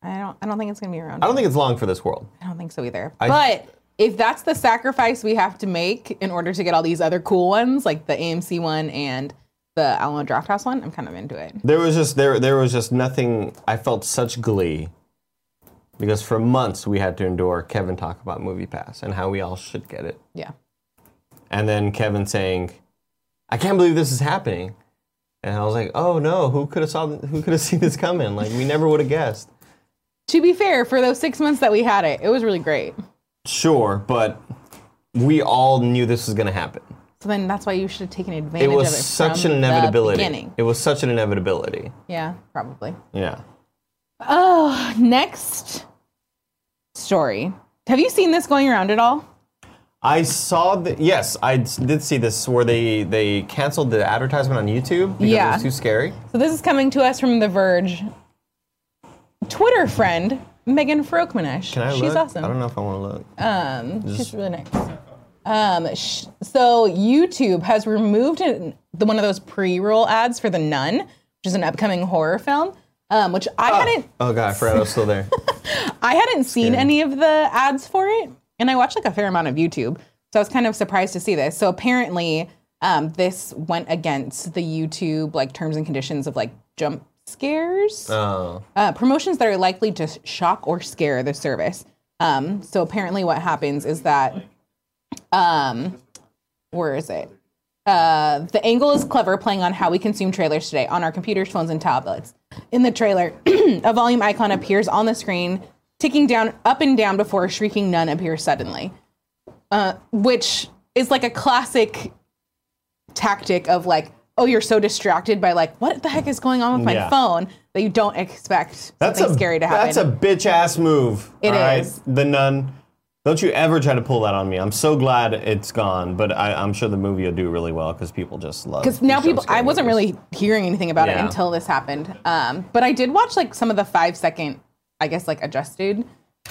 S2: I don't. I don't think it's gonna be around.
S3: I don't think it's long for this world.
S2: I don't think so either.
S3: I-
S2: but if that's the sacrifice we have to make in order to get all these other cool ones, like the AMC one and the Alamo Drafthouse one, I'm kind of into it.
S3: There was just there there was just nothing. I felt such glee because for months we had to endure Kevin talk about Movie Pass and how we all should get it.
S2: Yeah.
S3: and then Kevin saying, "I can't believe this is happening," and I was like, "Oh no, who could have saw? Who could have seen this coming? Like we never would have guessed."
S2: To be fair, for those six months that we had it, it was really great.
S3: Sure, but we all knew this was going to happen.
S2: So then that's why you should have taken advantage
S3: It
S2: of it.
S3: was such
S2: from
S3: an
S2: The
S3: inevitability.
S2: beginning.
S3: It was such an inevitability.
S2: Yeah, probably.
S3: Yeah.
S2: Oh, next story. Have you seen this going around at all?
S3: I saw the yes, I s- did see this where they they canceled the advertisement on YouTube because
S2: Yeah.
S3: it was too scary.
S2: So this is coming to us from The Verge. Twitter friend Megan Frokmanish.
S3: Can I
S2: She's
S3: look?
S2: awesome. Uh,
S3: I don't know if I want to look.
S2: She's really nice. Um, sh- so YouTube has removed an, the, one of those pre-roll ads for The Nun, which is an upcoming horror film. Um, which I hadn't,
S3: oh god, I forgot I was still there.
S2: I hadn't seen any of the ads for it, and I watched like a fair amount of YouTube, so I was kind of surprised to see this. So apparently, um, this went against the YouTube like terms and conditions of like jump scares
S3: Oh.
S2: uh, promotions that are likely to shock or scare the service. Um, so apparently, what happens is that, um, where is it? Uh, the angle is clever, playing on how we consume trailers today on our computers, phones, and tablets. In the trailer, a volume icon appears on the screen, ticking down up and down before a shrieking nun appears suddenly, uh, which is like a classic tactic of like, oh, you're so distracted by like, what the heck is going on with my
S3: Yeah.
S2: phone that you don't expect
S3: That's
S2: something
S3: a,
S2: scary to happen.
S3: That's a bitch ass move.
S2: It
S3: It is
S2: is.
S3: The nun. Don't you ever try to pull that on me. I'm so glad it's gone, but I, I'm sure the movie will do really well because people just love.
S2: because now
S3: these jump
S2: people i
S3: scare
S2: wasn't
S3: movies.
S2: really hearing anything about it
S3: Yeah.
S2: until this happened um, but i did watch like some of the five second i guess like adjusted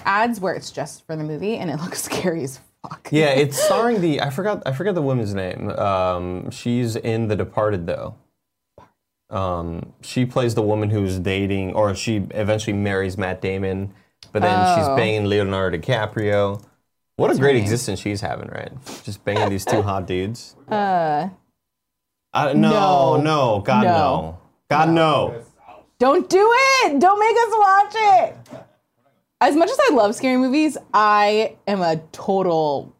S2: ads where it's just for the movie and it looks scary as fuck
S3: Yeah, it's starring the I forgot I forgot the woman's name. Um, she's in The Departed though. Um, she plays the woman who's dating, or she eventually marries Matt Damon, but then she's
S2: Oh.
S3: banging Leonardo DiCaprio. What a great existence she's having, right? Just banging these two hot dudes. Uh, no,
S2: no.
S3: no, God
S2: No.
S3: no, God no.
S2: don't do it don't make us watch it as much as i love scary movies i am a total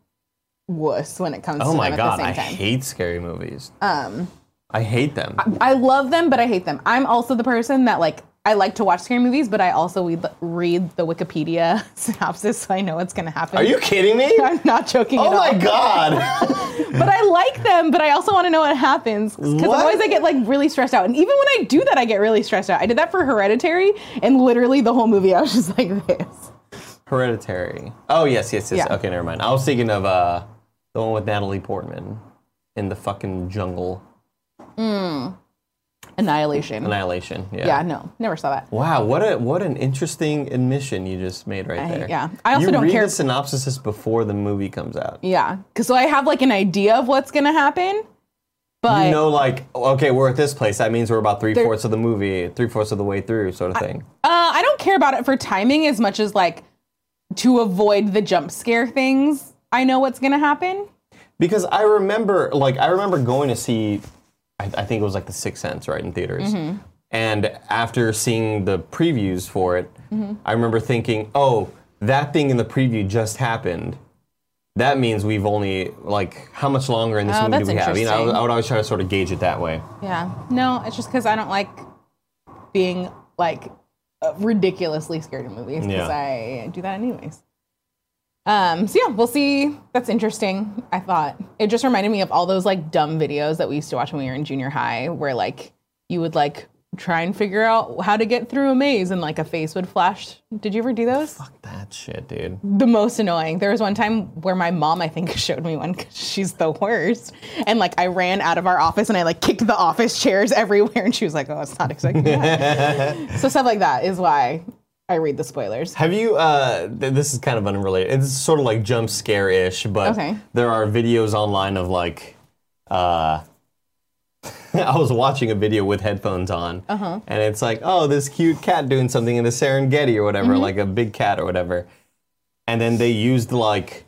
S2: wuss when it comes
S3: Oh
S2: to
S3: my
S2: them
S3: God, I
S2: at the same time
S3: hate scary movies. Um, I hate them.
S2: I love them, but I hate them. I'm also the person that like I like to watch scary movies, but I also read the, read the Wikipedia synopsis, so I know what's gonna happen.
S3: Are you kidding me?
S2: I'm not joking. at
S3: Oh
S2: all.
S3: my God.
S2: But I like them, but I also want to know what happens because
S3: What?
S2: otherwise I get like really stressed out. And even when I do that, I get really stressed out. I did that for Hereditary, and literally the whole movie I was just like this.
S3: Hereditary. Oh yes, yes, yes.
S2: Yeah.
S3: Okay, never mind. I was thinking of uh, the one with Natalie Portman in the fucking jungle,
S2: Annihilation.
S3: Annihilation. Yeah.
S2: yeah, no, never saw that.
S3: Wow, what a what an interesting admission you just made right
S2: I-
S3: there.
S2: yeah. I also
S3: you
S2: don't
S3: read
S2: care-
S3: the synopsis before the movie comes out.
S2: Yeah, because so I have like an idea of what's gonna happen, but
S3: you know, like oh, okay, we're at this place. That means we're about three fourths of the movie, three fourths of the way through, sort of thing.
S2: Uh, I don't care about it for timing as much as like to avoid the jump scare things. I know what's gonna happen.
S3: Because I remember, like, I remember going to see, I, I think it was like The Sixth Sense, right, in theaters.
S2: Mm-hmm.
S3: And after seeing the previews
S2: Mm-hmm.
S3: for it, I remember thinking, oh, that thing in the preview just happened. that means we've only like how much longer in this
S2: Oh,
S3: movie
S2: that's
S3: do we have? You know, I would,
S2: interesting.
S3: I would always try to sort of gauge it that way.
S2: Yeah. No, it's just because I don't like being like uh, ridiculously scared of movies because
S3: Yeah.
S2: I do that anyways. Um, so yeah, we'll see. That's interesting. I thought it just reminded me of all those like dumb videos that we used to watch when we were in junior high, where like you would like try and figure out how to get through a maze and like a face would flash. Did you ever do those?
S3: Fuck that shit, dude.
S2: the most annoying. There was one time where my mom, I think, showed me one because she's the worst. And like, I ran out of our office and I like kicked the office chairs everywhere. And she was like, "Oh, it's not expecting that." so stuff like that is why I read the spoilers.
S3: Have you? Uh, th- this is kind of unrelated. It's sort of like jump scare ish, but
S2: Okay.
S3: there are videos online of like. Uh, I was watching a video with headphones on, uh-huh. and it's like, oh, this cute cat doing something in the Serengeti or whatever,
S2: Mm-hmm.
S3: like a big cat or whatever. And then they used like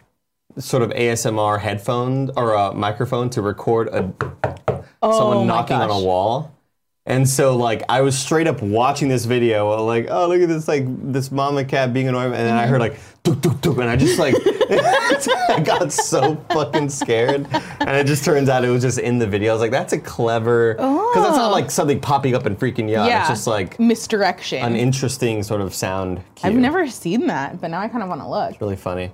S3: sort of ASMR headphone or a microphone to record a someone
S2: Oh my
S3: knocking on
S2: gosh.
S3: a wall. And so like I was straight up watching this video, uh, like, oh look at this like this mama cat being annoying, and then I
S2: Mm-hmm.
S3: heard like doop doop doop, and I just like I got so fucking scared. And it just turns out it was just in the video. I was like, that's a clever because that's
S2: Oh.
S3: not like something popping up and freaking you out. It's just like
S2: misdirection.
S3: an interesting sort of sound cue.
S2: Mm. I've never seen that, but now I kind of want to look.
S3: really funny.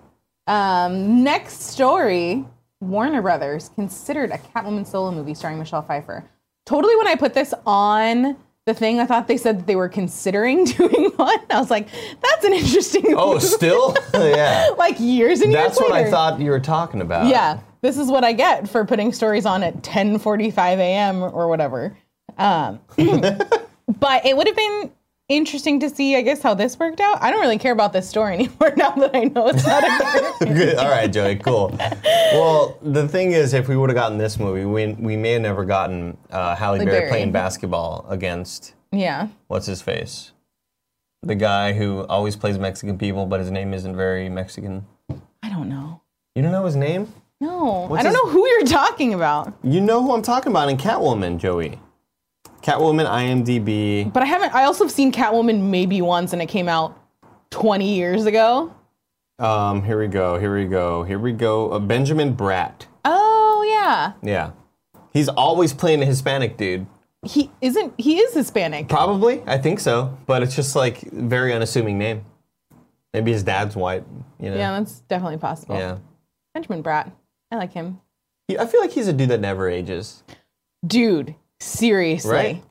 S2: Um, next story Warner Brothers considered a Catwoman solo movie starring Michelle Pfeiffer. Totally, when I put this on the thing, I thought they said that they were considering doing one. I was like, that's an interesting.
S3: Oh, still? yeah.
S2: like years and years
S3: That's what I
S2: later.
S3: thought you were talking about.
S2: Yeah, this is what I get for putting stories on at 10:45 a.m. or whatever. Um, but it would have been interesting to see, I guess, how this worked out. I don't really care about this story anymore now that I know it's not a.
S3: Good. All right, Joey. Cool. Well, the thing is, if we would have gotten this movie, we we may have never gotten uh, Halle Berry,
S2: Berry.
S3: playing basketball against
S2: yeah.
S3: what's his face, the guy who always plays Mexican people, but his name isn't very Mexican.
S2: I don't know.
S3: You don't know his name?
S2: No, I don't
S3: his-
S2: know who you're talking about,
S3: You know who I'm talking about in Catwoman, Joey. Catwoman, IMDb.
S2: but I haven't. I also have seen Catwoman maybe once, and it came out 20 years ago.
S3: Um, here we go. Here we go. Here we go. Uh, Benjamin Bratt.
S2: Oh yeah,
S3: Yeah, he's always playing a Hispanic dude.
S2: he isn't. He is Hispanic.
S3: Probably, I think so. But it's just like very unassuming name. Maybe his dad's white. You know.
S2: Yeah, that's definitely possible.
S3: Yeah.
S2: Benjamin Bratt, I like him.
S3: He- I feel like he's a dude that never ages,
S2: Dude, seriously,
S3: right?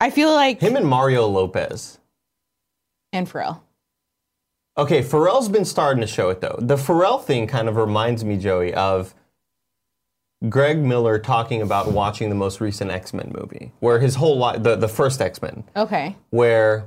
S2: I feel like
S3: Him and Mario Lopez.
S2: and Pharrell.
S3: Okay, Pharrell's been starting to show it though. The Pharrell thing kind of reminds me, Joey, of Greg Miller talking about watching the most recent X Men movie, where his whole life, the, the first X Men,
S2: Okay,
S3: where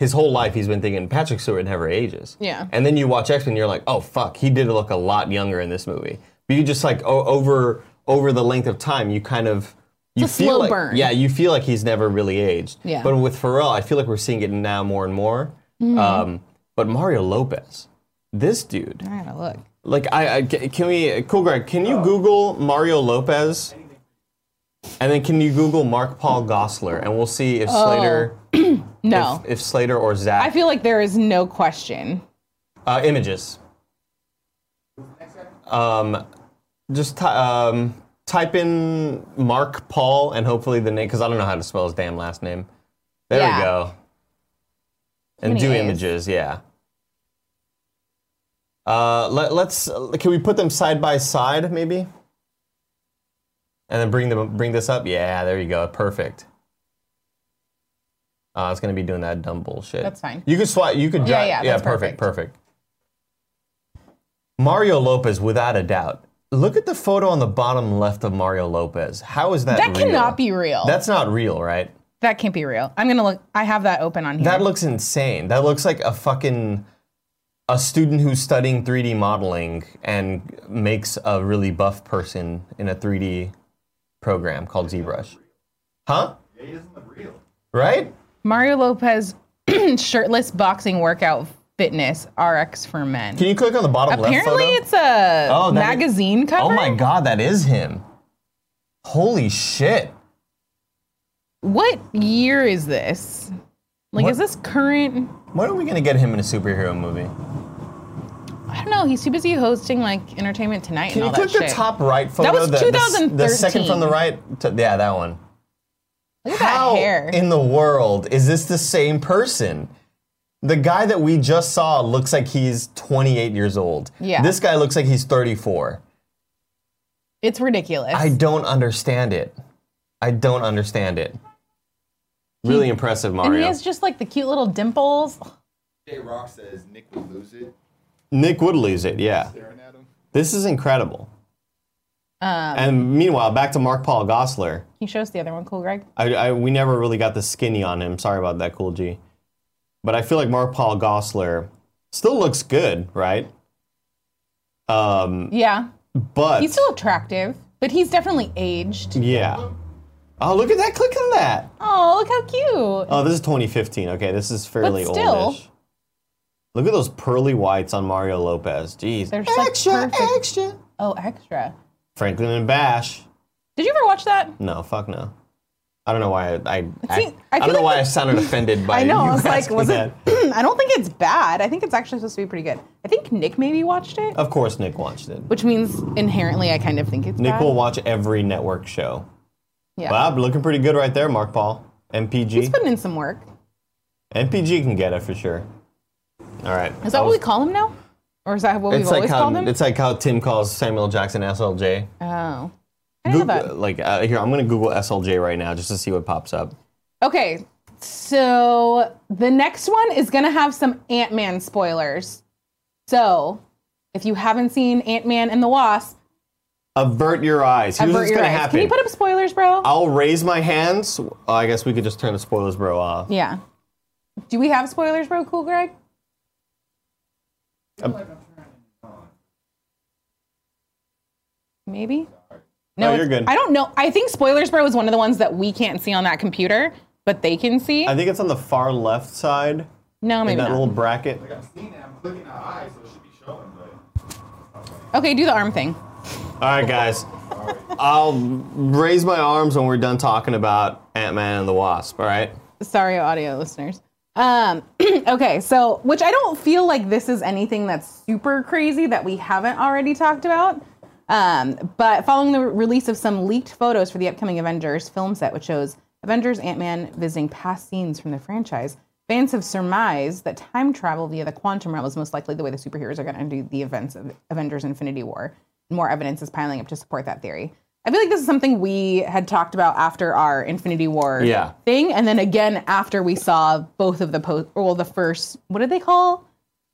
S3: his whole life he's been thinking Patrick Stewart never ages.
S2: Yeah.
S3: And then you watch X Men, and you're like, oh fuck, he did look a lot younger in this movie. But you just like o- over over the length of time, you kind of you
S2: It's a slow
S3: like,
S2: burn.
S3: Yeah, you feel like he's never really aged.
S2: Yeah. Mm-hmm.
S3: But with Pharrell, I feel like we're seeing it now more and more. Um, but Mario Lopez, this dude,
S2: I gotta look.
S3: like I, I ca- can we cool Greg, can you Google Mario Lopez? And then can you Google Mark Paul Gossler, and we'll see
S2: Oh.
S3: if Slater
S2: No,
S3: if Slater or Zach.
S2: I feel like there is no question.
S3: uh, images. Um, just ty- um, type in Mark Paul and hopefully the name, because I don't know how to spell his damn last name. There
S2: Yeah.
S3: we go. And
S2: many
S3: do
S2: A's?
S3: images, yeah. Uh, let, let's. Can we put them side by side, maybe? And then bring them, bring this up. Yeah, there you go. Perfect. Uh, it's gonna be doing that dumb bullshit.
S2: That's fine.
S3: You could swat. You could. Dri-
S2: yeah,
S3: yeah.
S2: that's
S3: Perfect. Perfect. Mario Lopez, without a doubt. Look at the photo on the bottom left of Mario Lopez. How is that?
S2: That
S3: real?
S2: cannot be real.
S3: That's not real, right?
S2: that can't be real. I'm gonna look. I have that open on here.
S3: That looks insane. That looks like a fucking a student who's studying 3D modeling and makes a really buff person in a 3D program called ZBrush. Huh? It isn't real. Right?
S2: Mario Lopez shirtless boxing workout fitness RX for men.
S3: Can you click on the bottom left photo?
S2: Apparently, it's a
S3: Oh, that is-
S2: magazine cover.
S3: Oh my god, that is him. Holy shit.
S2: What year is this? Like,
S3: What-
S2: is this current?
S3: When are we gonna get him in a superhero movie?
S2: I don't know. He's too busy hosting like Entertainment Tonight
S3: Can
S2: and
S3: you
S2: all
S3: click
S2: that
S3: the
S2: shit.
S3: top right photo?
S2: was
S3: the, the s- The,
S2: 2013.
S3: second from the right. To, yeah, that one.
S2: Look at
S3: How
S2: that hair.
S3: in the world is this the same person? The guy that we just saw looks like he's 28 years old.
S2: Yeah.
S3: This guy looks like he's 34.
S2: it's ridiculous.
S3: I don't understand it. I don't understand it. Really impressive,
S2: and he
S3: Mario.
S2: has just like the cute little dimples.
S5: J Rock says Nick would lose it.
S3: Nick would lose it, yeah.
S5: Staring at him.
S3: This is incredible.
S2: Um,
S3: And meanwhile, back to Mark Paul Gossler.
S2: he shows the other one. Cool, Greg.
S3: I, I, we never really got the skinny on him. Sorry about that, Cool G. But I feel like Mark Paul Gossler still looks good, right? Um,
S2: Yeah,
S3: but
S2: he's still attractive, but he's definitely aged.
S3: yeah. Oh, look at that! Click on that.
S2: Oh, look how cute.
S3: Oh, this is 2015. Okay, this is fairly
S2: But still-
S3: oldish. Look at those pearly whites on Mario Lopez. Jeez.
S2: They're just, like, perfect.
S3: extra.
S2: Oh, extra.
S3: Franklin and Bash.
S2: Did you ever watch that?
S3: No, fuck no. I don't know why I. I, I,
S2: See, I
S3: I don't
S2: feel
S3: know
S2: like
S3: why
S2: the-
S3: I sounded offended by.
S2: I know.
S3: You
S2: I was like,
S3: asking
S2: was
S3: that.
S2: it? I don't think it's bad. I think it's actually supposed to be pretty good. I think Nick maybe watched it,
S3: Of course, Nick watched it.
S2: which means inherently I kind of think it's
S3: Nick
S2: bad.
S3: will watch every network show.
S2: yeah.
S3: Bob, looking pretty good right there, Mark Paul. MPG.
S2: He's putting in some work.
S3: MPG can get it for sure. All right.
S2: Is that what we call him now? Or is that what we've
S3: It's like
S2: always
S3: how
S2: called him?
S3: it's like how Tim calls Samuel Jackson SLJ.
S2: oh. I didn't know
S3: Google,
S2: that.
S3: like uh, here, I'm gonna Google SLJ right now just to see what pops up.
S2: Okay. So the next one is going to have some Ant Man spoilers. So if you haven't seen Ant Man and the Wasp,
S3: Avert your eyes. Here's
S2: avert
S3: what's
S2: your
S3: gonna
S2: eyes.
S3: happen.
S2: Can you put up spoilers, bro?
S3: I'll raise my hands. Oh, I guess we could just turn the spoilers bro off.
S2: yeah. Do we have spoilers, bro? Cool, Greg? Maybe.
S3: No,
S2: it's-
S3: Oh, you're good.
S2: I don't know. I think spoilers, bro, is one of the ones that we can't see on that computer, but they can see.
S3: I think it's on the far left side.
S2: no,
S3: in
S2: maybe
S3: that
S2: not.
S3: little bracket.
S5: Like I'm seeing it, I'm clicking the eye, so it should be showing, but
S2: Okay, do the arm thing.
S3: All right, guys. I'll raise my arms when we're done talking about Ant Man and the Wasp. All right.
S2: Sorry, audio listeners. Um, okay, so which I don't feel like this is anything that's super crazy that we haven't already talked about. Um, but following the release of some leaked photos for the upcoming Avengers film set, which shows Avengers Ant Man visiting past scenes from the franchise, fans have surmised that time travel via the quantum realm is most likely the way the superheroes are going to do the events of Avengers Infinity War. More evidence is piling up to support that theory. I feel like this is something we had talked about after our Infinity War
S3: Yeah.
S2: thing, and then again after we saw both of the post, or well, the first, what did they call?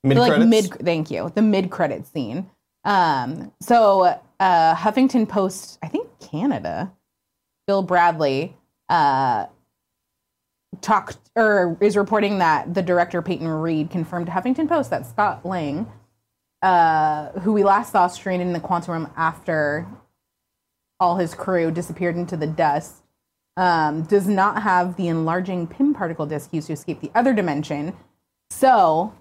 S3: Mid
S2: The, like
S3: credits.
S2: mid thank you the mid credit scene um so uh huffington post i think canada bill bradley uh talked or is reporting that the director peyton reed confirmed to huffington post that scott lang uh who we last saw stranded in the quantum room after all his crew disappeared into the dust um, does not have the enlarging pim particle disk used to escape the other dimension so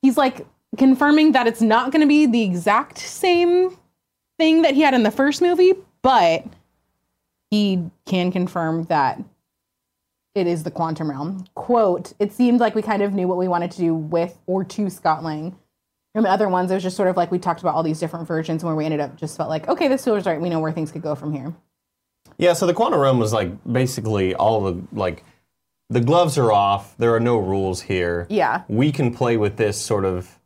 S2: he's like confirming that it's not going to be the exact same thing that he had in the first movie, but he can confirm that it is the quantum realm. Quote, it seemed like we kind of knew what we wanted to do with or to Scott Lang. From other ones, it was just sort of like we talked about all these different versions where we ended up just felt like, okay, this feels right. We know where things could go from here.
S3: Yeah, so the quantum realm was like basically all the like the gloves are off. There are no rules here.
S2: Yeah.
S3: We can play with this sort of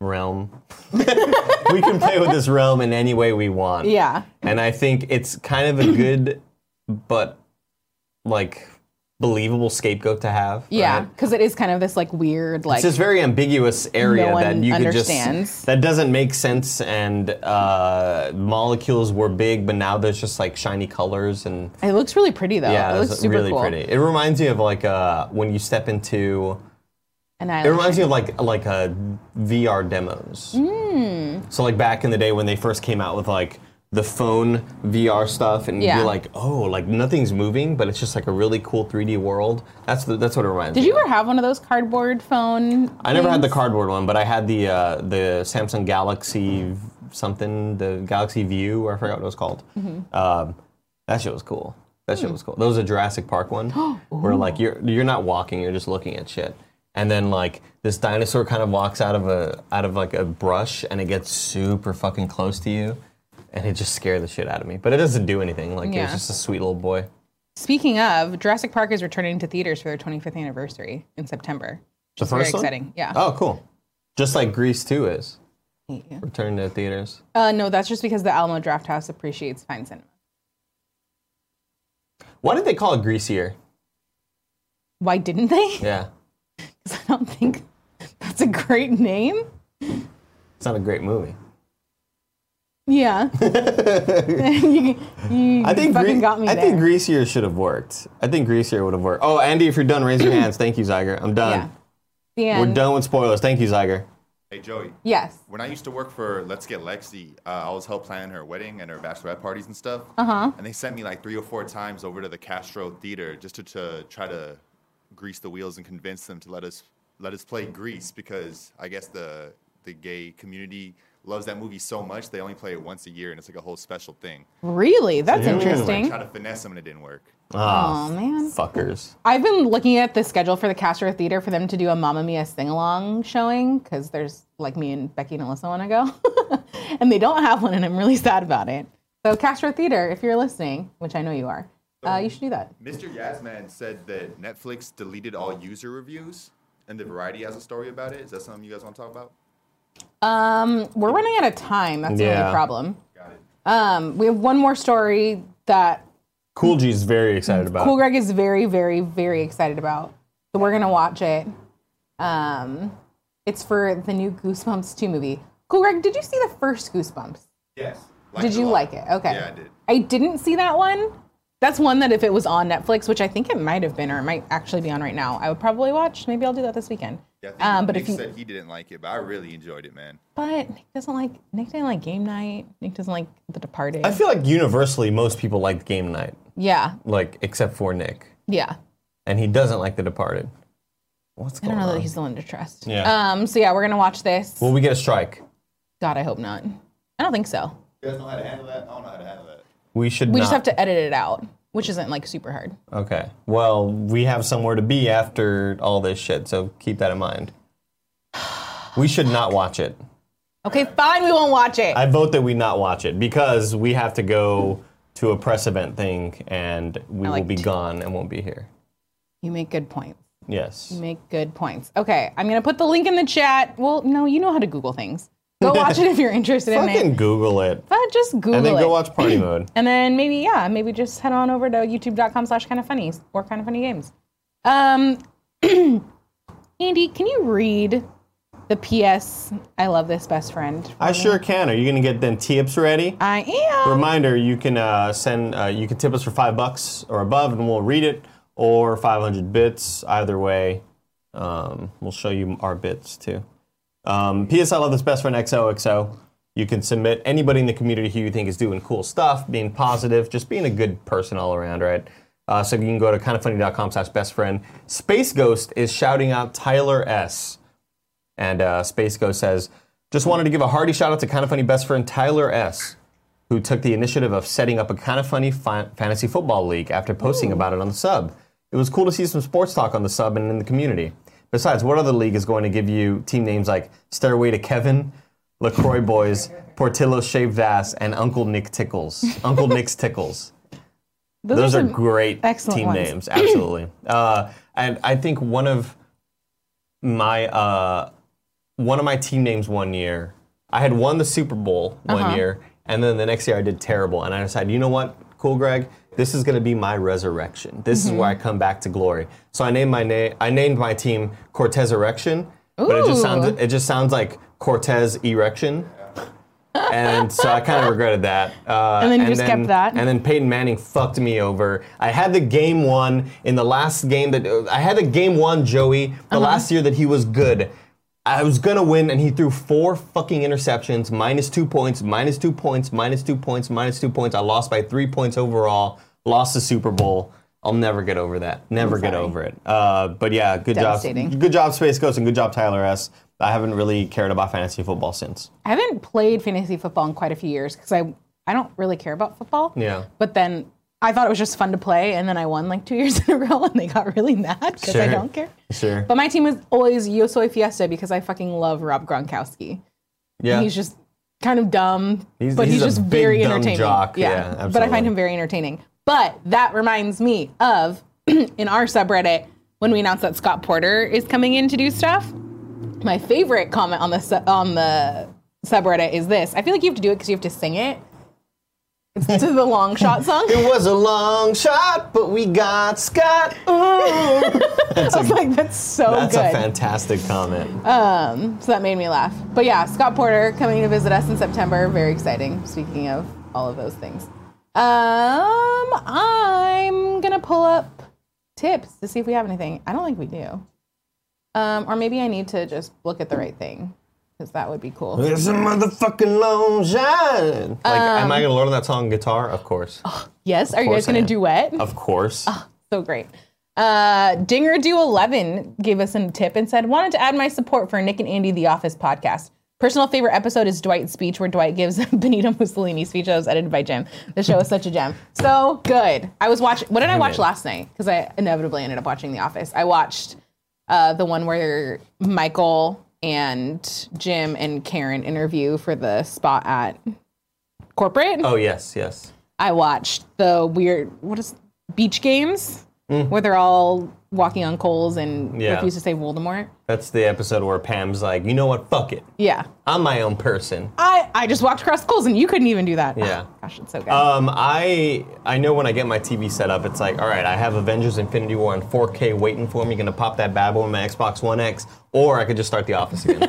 S3: realm. we can play with this realm in any way we want.
S2: Yeah.
S3: And I think it's kind of a good but like believable scapegoat to have.
S2: Yeah.
S3: right?
S2: Because it is kind of this like weird, like,
S3: it's this very ambiguous area
S2: No
S3: that
S2: one
S3: you could
S2: understands.
S3: just that doesn't make sense and uh, molecules were big but now there's just like shiny colors and
S2: it looks really pretty though.
S3: yeah
S2: it
S3: it's
S2: looks super
S3: really
S2: cool.
S3: pretty it reminds me of like uh, when you step into
S2: And
S3: it reminds me of like like uh, vr demos
S2: Hmm.
S3: so like back in the day when they first came out with like the phone VR stuff, and
S2: Yeah.
S3: you're like, oh, like nothing's moving, but it's just like a really cool 3D world. That's the, that's what it reminds me.
S2: Did you
S3: of.
S2: ever have one of those cardboard phone?
S3: I never had the
S2: things?
S3: cardboard one, but I had the uh, the Samsung Galaxy v- something, the Galaxy View, or I forgot what it was called. Um, that shit was cool. That shit was cool. That was a Jurassic Park one, where like you're you're not walking, you're just looking at shit. and then like this dinosaur kind of walks out of a out of like a brush and it gets super fucking close to you and it just scared the shit out of me but it doesn't do anything like it was
S2: Yeah.
S3: just a sweet little boy
S2: Speaking of, Jurassic Park is returning to theaters for their 25th anniversary in September.
S3: the
S2: Very exciting. Yeah.
S3: oh cool just like grease 2 is returning to theaters
S2: Uh, no, that's just because the Alamo Draft House appreciates fine cinema.
S3: why did they call it greasier
S2: Why didn't they?
S3: yeah
S2: 'Cause I don't think that's a great name.
S3: it's not a great movie
S2: Yeah. you, you
S3: I think
S2: fucking
S3: Gre-
S2: got me
S3: I
S2: there.
S3: think Greasier should have worked. I think Greasier would have worked. Oh, Andy, if you're done, raise your hands. Thank you, Zyger. I'm
S2: yeah.
S3: done.
S2: The
S3: We're
S2: end.
S3: done with spoilers. Thank you, Zyger.
S5: Hey Joey,
S2: Yes.
S5: when I used to work for Let's Get Lexi, uh, I was help planning her wedding and her bachelorette parties and stuff. Uh
S7: Uh-huh.
S5: huh. And they sent me like three or four times over to the Castro Theater just to, to try to grease the wheels and convince them to let us let us play Grease because I guess the the gay community loves that movie so much they only play it once a year and it's like a whole special thing.
S2: Really? That's interesting.
S5: Try to finesse them and it didn't work.
S2: Oh, man.
S3: Fuckers.
S2: I've been looking at the schedule for the Castro Theater for them to do a Mamma Mia sing along showing because there's like me and Becky and Alyssa want to go, and they don't have one, and I'm really sad about it. So Castro Theater, if you're listening, which I know you are, uh, you should do that.
S5: Mr. Yasman said that Netflix deleted all user reviews, and the Variety has a story about it. Is that something you guys want to talk about?
S2: Um, we're running out of time. That's the
S3: Yeah.
S2: only problem.
S5: Got it.
S2: Um, we have one more story that
S3: Cool G's very excited about.
S2: Cool
S3: it.
S2: Greg is very, very, very excited about. So we're gonna watch it. Um, it's for the new Goosebumps 2 movie. Cool Greg, did you see the first Goosebumps?
S5: Yes.
S2: Did you like it? Okay.
S5: Yeah, I did.
S2: I didn't see that one. That's one that if it was on Netflix, which I think it might have been, or it might actually be on right now, I would probably watch. Maybe I'll do that this weekend.
S5: Yeah, I think
S2: Um, but
S5: Nick
S2: if you,
S5: said he didn't like it, but I really enjoyed it, man.
S2: but Nick doesn't like Nick didn't like Game Night. Nick doesn't like The Departed.
S3: I feel like universally most people liked Game Night,
S2: yeah,
S3: like except for Nick,
S2: yeah.
S3: and he doesn't like The Departed. What's
S2: I
S3: going
S2: don't know
S3: on?
S2: that he's the one to trust.
S3: Yeah.
S2: Um. So yeah, we're gonna watch this.
S3: Will we get a strike?
S2: God, I hope not. I don't think so.
S5: You guys know how to handle that? I don't know how to handle that.
S3: We should.
S2: We
S3: not.
S2: just have to edit it out, which isn't like super hard.
S3: Okay. Well, we have somewhere to be after all this shit, so keep that in mind. We should not watch it.
S2: Okay, fine. We won't watch it.
S3: I vote that we not watch it because we have to go to a press event thing and we
S2: I
S3: will
S2: like
S3: be
S2: to-
S3: gone and won't be here.
S2: you make good points.
S3: Yes.
S2: Make good points. Okay, I'm gonna put the link in the chat. Well, no, you know how to Google things. Go watch it if you're interested in
S3: Fucking
S2: it.
S3: Google it.
S2: But just Google
S3: and then
S2: it.
S3: go watch Party Mode.
S2: and then maybe yeah, maybe just head on over to youtube.com slash kind of funny or kind of funny games. Um, Andy, can you read the PS? I love this best friend.
S3: I sure can. Are you gonna get them tips ready?
S2: I am.
S3: Reminder: You can uh, send, uh, you can tip us for five bucks or above, and we'll read it, or five hundred bits. Either way, um, we'll show you our bits too. Um, PS, I love this best friend XOXO. You can submit anybody in the community who you think is doing cool stuff, being positive, just being a good person all around, right? Uh, so you can go to kindoffunny.com slash best friend. Space Ghost is shouting out Tyler S. And uh, Space Ghost says, just wanted to give a hearty shout out to Kind of Funny best friend Tyler S., who took the initiative of setting up a Kind of Funny fi- fantasy football league after posting about it on the sub. It was cool to see some sports talk on the sub and in the community. Besides, what other league is going to give you team names like Stairway to Kevin, LaCroix Boys, Portillo Shaved Ass, and Uncle Nick Tickles? Uncle Nick's Tickles. Those, are,
S2: some-
S3: great
S2: excellent
S3: team
S2: ones.
S3: names, absolutely. uh, and I think one of my uh, one of my team names one year, I had won the Super Bowl one
S2: Uh-huh.
S3: year, and then the next year I did terrible, and I decided, you know what, cool, Greg, this is going to be my resurrection. This is where
S2: Mm-hmm.
S3: I come back to glory. So I named my name. I named my team Cortez Erection, but it just
S2: Ooh.
S3: sounds it just sounds like Cortez Erection. And so I kind of regretted that. Uh,
S2: And then you just kept that.
S3: And then Peyton Manning fucked me over. I had the game one in the last game that I had the game one, Joey, the
S2: Uh-huh.
S3: last year that he was good. I was gonna win, and he threw four fucking interceptions, minus two points, minus two points, minus two points, minus two points. I lost by three points overall. Lost the Super Bowl. I'll never get over that. Never get over it. Uh, but yeah, good job.
S2: Devastating.
S3: Good job, Space Ghost, and good job, Tyler S. I haven't really cared about fantasy football since.
S2: I haven't played fantasy football in quite a few years because I I don't really care about football.
S3: Yeah.
S2: But then I thought it was just fun to play, and then I won like two years in a row, and they got really mad because I
S3: Sure.
S2: don't care.
S3: Sure.
S2: But my team was always Yo Soy Fiesta because I fucking love Rob Gronkowski.
S3: yeah.
S2: He's just kind of dumb,
S3: He's-
S2: but he's,
S3: he's a
S2: just
S3: big,
S2: very
S3: dumb
S2: entertaining.
S3: jock. Yeah,
S2: but I
S3: absolutely.
S2: find him very entertaining. But that reminds me of in our subreddit when we announced that Scott Porter is coming in to do stuff. My favorite comment on the su- on the subreddit is this. I feel like you have to do it because you have to sing it. It's to the long shot song.
S3: it was a long shot, but we got Scott.
S2: I was like, that's so
S3: That's
S2: good.
S3: a fantastic comment.
S2: So that made me laugh. But yeah, Scott Porter coming to visit us in September. Very exciting. Speaking of all of those things. Um, I'm gonna pull up tips to see if we have anything. I don't think we do. Um, or maybe I need to just look at the right thing because that would be cool.
S3: There's a motherfucking long shot. Um, Oh. Like, am I gonna learn that song on guitar? Of course.
S2: Yes, are you guys
S3: course I
S2: gonna
S3: am.
S2: duet?
S3: Of course.
S2: So great. Uh, Dinger Do Eleven gave us a tip and said, "Wanted to add my support for Nick and Andy The Office podcast. Personal favorite episode is Dwight's speech, where Dwight gives a Benito Mussolini speech. That was edited by Jim. The show is such a gem. So good. I was watching. What did I watch
S3: Amen.
S2: last night? Because I inevitably ended up watching The Office. I watched uh, the one where Michael and Jim and Karen interview for the spot at corporate.
S3: oh yes, yes.
S2: I watched the weird what is beach games where they're all walking on coals and
S3: Mm. Yeah.
S2: refuse to say Voldemort.
S3: That's the episode where Pam's like, you know what? Fuck it.
S2: Yeah,
S3: I'm my own person.
S2: I I just walked across coals and you couldn't even do that. Oh,
S3: Yeah.
S2: gosh, it's so good.
S3: Um, I I know when I get my TV set up, it's like, all right, I have Avengers: Infinity War in 4K waiting for me. Gonna pop that bad boy on my Xbox One X, or I could just start The Office again,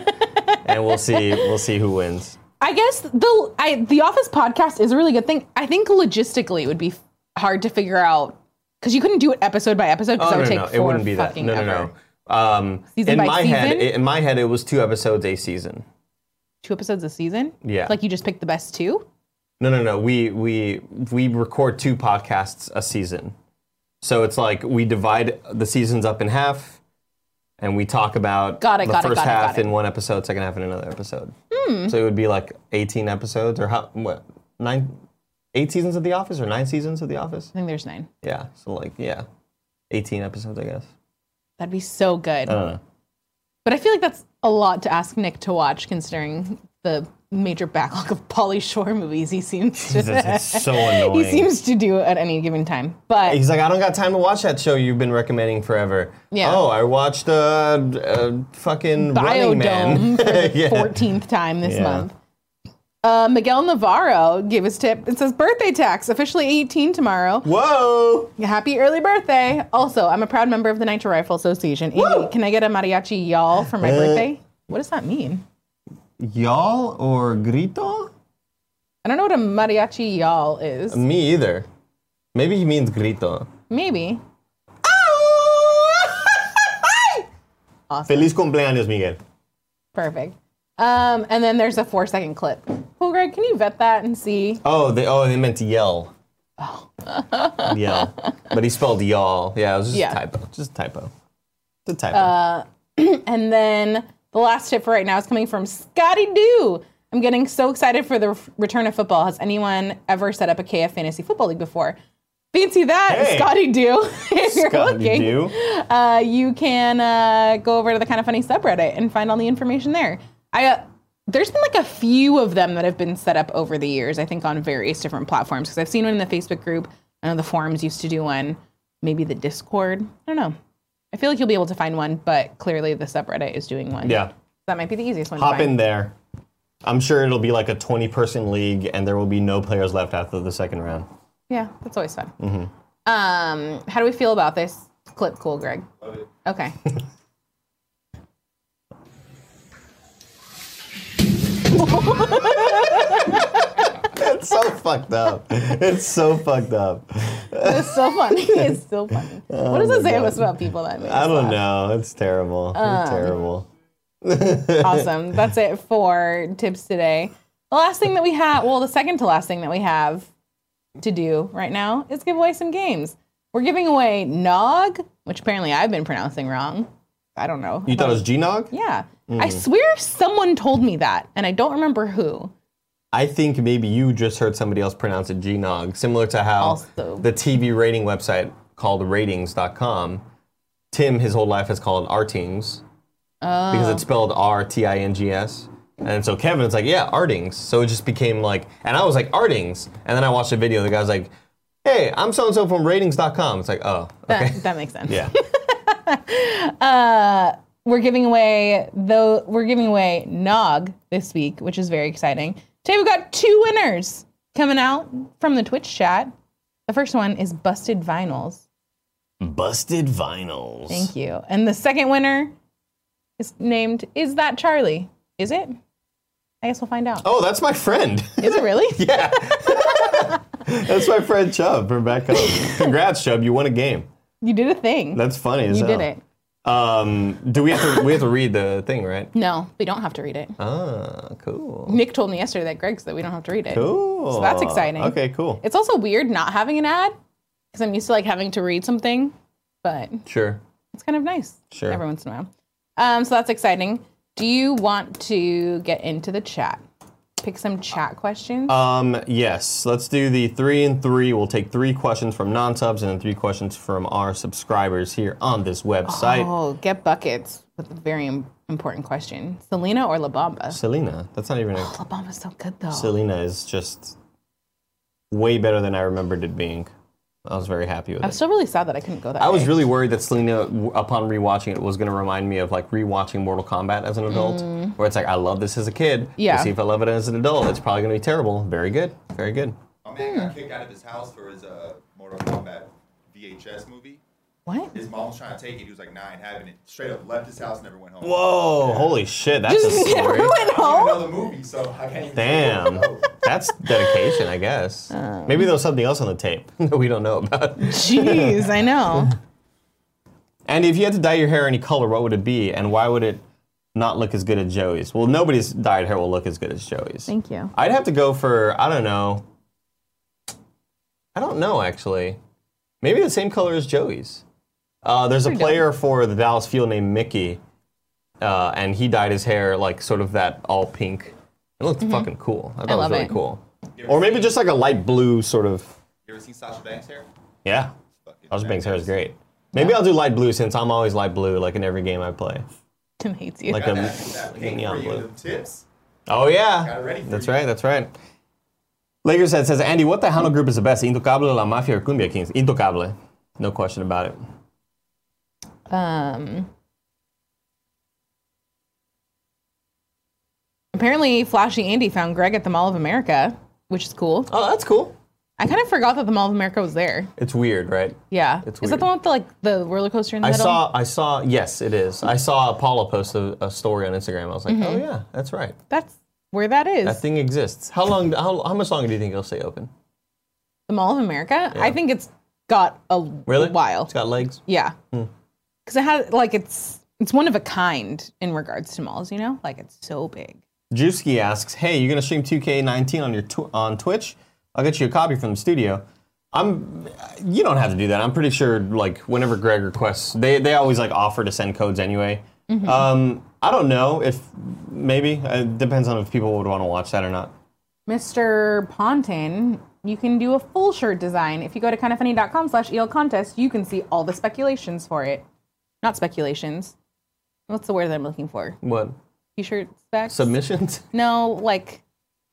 S3: and we'll see we'll see who wins.
S2: I guess the I the Office podcast is a really good thing. I think logistically it would be f- hard to figure out because you couldn't do it episode by episode because
S3: Oh,
S2: that would
S3: no,
S2: take
S3: no,
S2: four
S3: it wouldn't be that.
S2: fucking
S3: No, no,
S2: ever.
S3: no. Um,
S2: Season
S3: in
S2: by
S3: my head,
S2: season?
S3: it, in my head, it was two episodes a season.
S2: Two episodes a season.
S3: Yeah.
S2: like you just picked the best two.
S3: No, no, no. We we we record two podcasts a season, so it's like we divide the seasons up in half, and we talk about
S2: Got it,
S3: the
S2: got it,
S3: first
S2: got it, got
S3: half
S2: it. Hmm.
S3: in one episode, second half in another episode. So it would be like eighteen episodes, or how what nine, eight seasons of The Office, or nine seasons of The Office.
S2: I think there's nine.
S3: Yeah. So like yeah, eighteen episodes, I guess.
S2: That'd be so good.
S3: I don't know.
S2: But I feel like that's a lot to ask Nick to watch, considering the major backlog of Polly Shore movies he seems to
S3: It's, it's so annoying.
S2: he seems to do at any given time. But
S3: He's like, I don't got time to watch that show you've been recommending forever.
S2: Yeah.
S3: Oh, I watched uh, uh fucking Running
S2: Biodome
S3: Man.
S2: for the
S3: Yeah.
S2: fourteenth time this
S3: Yeah.
S2: month. Uh, Miguel Navarro gave his tip. It says birthday tax officially 18 tomorrow.
S3: Whoa!
S2: Happy early birthday! Also, I'm a proud member of the Nitro Rifle Association. Andy, can I get a mariachi y'all for my
S3: Uh,
S2: birthday? What does that mean?
S3: Y'all or grito?
S2: I don't know what a mariachi y'all is.
S3: Me either. Maybe he means grito.
S2: Maybe.
S3: Feliz cumpleaños, Miguel.
S2: Perfect. Um, and then there's a four second clip. Well, Greg, can you vet that and see?
S3: Oh, they oh they meant yell. Oh. yell. But he spelled y'all. Yeah, it was just
S2: Yeah. Uh,
S3: a typo. Just a typo. It's a typo.
S2: And then the last tip for right now is coming from Scotty Doo. I'm getting so excited for the re- return of football. Has anyone ever set up a KF fantasy football league before? Fancy that,
S3: Hey.
S2: Scotty Doo. if you're
S3: Scott,
S2: looking,
S3: you do?
S2: uh, you can uh, go over to the kind of funny subreddit and find all the information there. I uh, there's been like a few of them that have been set up over the years. I think on various different platforms because I've seen one in the Facebook group. I know the forums used to do one. Maybe the Discord. I don't know. I feel like you'll be able to find one, but clearly the subreddit is doing one.
S3: Yeah.
S2: that might be the easiest one.
S3: Hop
S2: to find.
S3: in there. I'm sure it'll be like a 20 person league and there will be no players left after the second round.
S2: Yeah, that's always fun.
S3: Mm-hmm.
S2: Um, how do we feel about this clip? Cool, Greg. Okay.
S3: It's so fucked up. It's so fucked up.
S2: It's so funny. It's so funny. what does it say us about people that make
S3: Oh I
S2: us
S3: don't
S2: laugh?
S3: know. It's terrible. It's terrible.
S2: Awesome. That's it for tips today. The last thing that we have, well, the second to last thing that we have to do right now is give away some games. We're giving away Nog, which apparently I've been pronouncing wrong. I don't know.
S3: You thought it was G Nog?
S2: yeah. I swear someone told me that, and I don't remember who.
S3: I think maybe you just heard somebody else pronounce it GNOG, similar to how
S2: Also.
S3: the TV rating website called ratings.com, Tim his whole life has called RTings because
S2: Oh.
S3: it's spelled R T I N G S. And so Kevin's like, yeah, Artings. So it just became like, and I was like, Artings. And then I watched a video, the guy's like, hey, I'm so and so from ratings.com. It's like, oh,
S2: That,
S3: okay.
S2: that makes sense.
S3: yeah.
S2: We're giving away though we're giving away Nog this week, which is very exciting. Today we've got two winners coming out from the Twitch chat. The first one is Busted Vinyls.
S3: Busted vinyls.
S2: Thank you. And the second winner is named Is That Charlie? Is it? I guess we'll find out.
S3: Oh, that's my friend.
S2: Is it really?
S3: Yeah. That's my friend Chubb from back home. Congrats, Chubb. You won a game.
S2: You did a thing.
S3: That's funny. as
S2: you did
S3: hell.
S2: it.
S3: Um, do we have to we have to read the thing, right?
S2: No, we don't have to read it.
S3: Ah, cool.
S2: Nick told me yesterday that Greg said we don't have to read it.
S3: Cool.
S2: So that's exciting.
S3: Okay, cool.
S2: It's also weird not having an ad because I'm used to like having to read something, but
S3: Sure.
S2: it's kind of nice
S3: Sure.
S2: every once in a while. Um, so that's exciting. Do you want to get into the chat? Pick some chat questions.
S3: Um, yes, let's do the three and three. We'll take three questions from non subs and then three questions from our subscribers here on this website.
S2: oh, get buckets with a very im- important question. Selena or La Bamba?
S3: Selena, that's not even a.
S2: La Bamba's so good though.
S3: Selena is just way better than I remembered it being. I was very happy with it.
S2: I'm still really sad that I couldn't go that
S3: I was
S2: way.
S3: really worried that Selena, w- upon rewatching it, was going to remind me of like rewatching Mortal Kombat as an adult, where it's like I love this as a kid.
S2: Mm. Yeah.
S3: We'll see if I love it as an adult, it's probably going to be terrible. Very good. Very good.
S5: My man
S2: Hmm.
S5: got kicked out of his house for his uh, Mortal Kombat VHS movie.
S2: what?
S5: His mom was trying to take it. He was like, nah, I ain't having it. Straight up left his house, never went home.
S3: Whoa! Holy shit! That's a
S2: Just never
S3: story.
S2: went
S5: I
S2: home.
S5: don't even know the movie, so I can't even
S3: Damn. That's dedication, I guess.
S2: Um.
S3: Maybe there was something else on the tape that we don't know about.
S2: Jeez, I know.
S3: And if you had to dye your hair any color, what would it be, and why would it not look as good as Joey's? Well, nobody's dyed hair will look as good as Joey's.
S2: Thank you.
S3: I'd have to go for I don't know. I don't know actually. Maybe the same color as Joey's. Uh, there's a player for the Dallas Fuel named Mickey, uh, and he dyed his hair like sort of that all pink. It looked fucking cool. Mm-hmm. I thought
S2: love
S3: it was really
S2: it.
S3: cool. Or maybe just like a light blue sort of.
S5: You ever seen Sasha Banks hair?
S3: Yeah,
S5: Fucking
S3: Ozzy Banks' hair is
S5: badass.
S3: great. Maybe I'll do light blue since I'm always light blue, like in every game I play.
S2: Tim hates you.
S3: Like
S5: Got
S3: a-
S5: that, that pink
S3: neon
S5: for you,
S3: blue.
S5: the tips.
S3: Oh yeah,
S5: Got it ready for
S3: that's
S5: you.
S3: right. That's right. Lakers head says Andy, what the Hano group is the best? Intocable, La Mafia, or Cumbia Kings? Intocable, no question about it.
S2: Um, apparently, Flashy Andy found Greg at the Mall of America, which is cool.
S3: Oh, that's cool.
S2: I kind of forgot that the Mall of America was there.
S3: It's weird, right?
S2: Yeah,
S3: It's
S2: is that the
S3: weird.
S2: one with the, like the roller coaster in the
S3: I
S2: middle?
S3: saw. I saw. Yes, it is. I saw Paula post a, a story on Instagram. I was like, oh yeah, that's right.
S2: That's where that is.
S3: That thing exists. How long? How, how much longer do you think it'll stay open?
S2: the Mall of America. I think it's got a
S3: Really?
S2: while.
S3: It's got Hmm. legs.
S2: yeah, because it had like it's it's one of a kind in regards to malls. You know, like it's so big.
S3: Drewski asks, "Hey, you're gonna stream 2K19 on your tw- on Twitch? I'll get you a copy from the studio." I'm. You don't have to do that. I'm pretty sure. Like whenever Greg requests, they they always like offer to send codes anyway. Um, I don't know if maybe uh, it depends on if people would want to watch that or not.
S2: Mr. Ponton, you can do a full shirt design. If you go to kindoffunny.com slash eel contest, you can see all the speculations for it. Not speculations. What's the word that I'm looking for?
S3: What
S2: T-shirt specs?
S3: submissions?
S2: no, like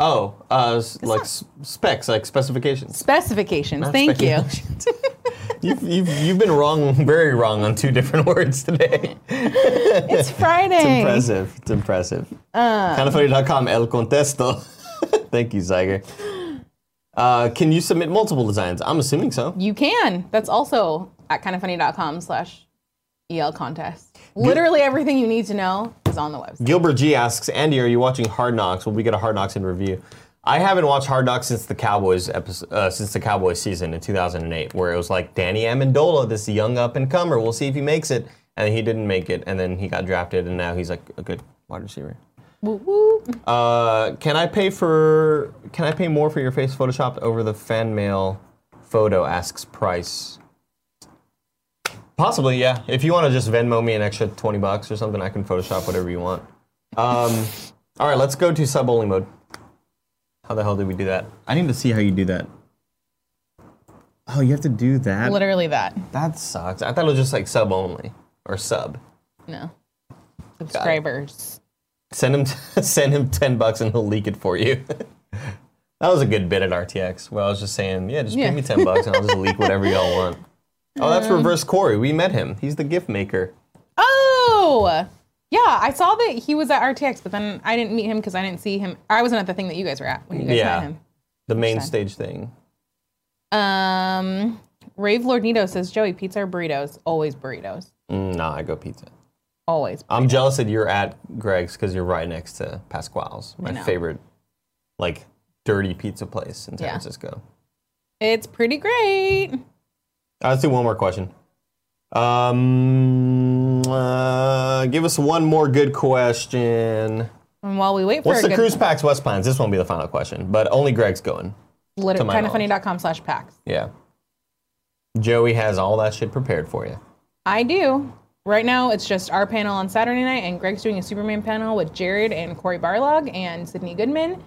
S3: Oh, uh, s- like s specs, like specifications.
S2: specifications. Thank
S3: you. you've, you've you've been wrong, very wrong on two different words today.
S2: you. It's Friday.
S3: impressive. It's impressive. Kindoffunny.com, El Contesto. Thank you, Zeiger. Uh, can you submit multiple designs? I'm assuming so.
S2: you can. That's also at kindoffunny.com slash el contest. Literally everything you need to know is on the website.
S3: Gilbert G asks, Andy, are you watching Hard Knocks? Will we get a Hard Knocks in review? I haven't watched Hard Knocks since the Cowboys episode, uh, since the Cowboys season in 2008, where it was like Danny Amendola, this young up and comer. We'll see if he makes it, and he didn't make it, and then he got drafted, and now he's like a good wide receiver.
S2: Woo woo.
S3: Uh, can I pay for? Can I pay more for your face photoshopped over the fan mail photo? Asks Price. Possibly, yeah. If you want to just Venmo me an extra twenty bucks or something, I can Photoshop whatever you want. Um, all right, let's go to sub only mode. How the hell did we do that? I need to see how you do that. Oh, you have to do that.
S2: Literally that.
S3: That sucks. I thought it was just like sub only or sub.
S2: No. Subscribers.
S3: Send him send him ten bucks and he'll leak it for you. that was a good bit at RTX where I was just saying, yeah, just
S2: Yeah. Um,
S3: pay me ten bucks and I'll just leak whatever y'all want. Oh, that's reverse Corey. We met him. He's the gift maker.
S2: Oh! Yeah, I saw that he was at RTX, but then I didn't meet him because I didn't see him. I wasn't at the thing that you guys were at when you guys
S3: Yeah.
S2: met him.
S3: The main stage thing.
S2: Um, Rave Lord Nito says, Joey, pizza or burritos? Always burritos.
S3: Mm, nah, I go pizza.
S2: Always.
S3: I'm jealous that you're at Greg's because you're right next to Pasquale's, my
S2: know.
S3: favorite, like dirty pizza place in San
S2: Yeah.
S3: Francisco.
S2: It's pretty great.
S3: Uh, let's do one more question. Um, uh, give us one more good question.
S2: And while we wait for
S3: What's
S2: a
S3: the
S2: good
S3: cruise packs West Pines? This won't be the final question, but only Greg's going. to my
S2: kind of funny.com slash packs.
S3: Yeah. Joey has all that shit prepared for you.
S2: I do. Right now, it's just our panel on Saturday night, and Greg's doing a Superman panel with Jared and Corey Barlog and Sydney Goodman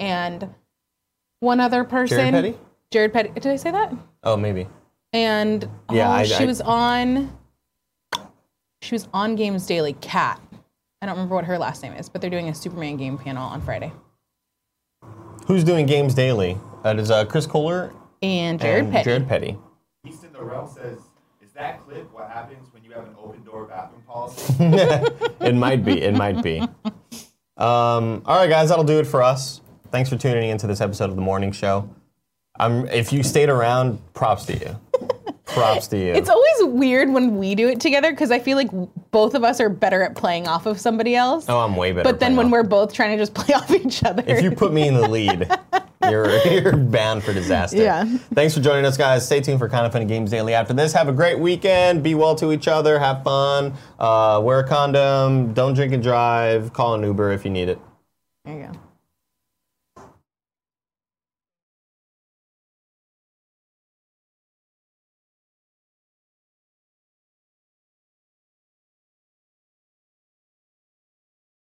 S2: and one other person.
S3: Petty?
S2: Jared Petty. Did I say that?
S3: Oh, maybe.
S2: And
S3: Yeah,
S2: oh,
S3: I-
S2: she
S3: I-
S2: was on. She was on Games Daily. Cat. I don't remember what her last name is, but they're doing a Superman game panel on Friday.
S3: Who's doing games daily? That is uh, Chris Kohler
S2: And Jared
S3: and
S2: Petty.
S3: Jared Petty.
S5: Easton the Realm says, "Is that clip what happens when you have an open door bathroom policy?"
S3: it might be. It might be. Um, all right, guys, that'll do it for us. Thanks for tuning into this episode of the morning show. Um, if you stayed around, props to you. props to you.
S2: It's always weird when we do it together because I feel like both of us are better at playing off of somebody else.
S3: oh, I'm way better.
S2: But then
S3: playing
S2: when
S3: off.
S2: we're both trying to just play off each other,
S3: if you put me in the lead, you're you're bound for disaster.
S2: Yeah.
S3: Thanks for joining us, guys. Stay tuned for Kind of Funny Games Daily after this. Have a great weekend. Be well to each other. Have fun. Uh, wear a condom. Don't drink and drive. Call an Uber if you need it.
S2: there you go.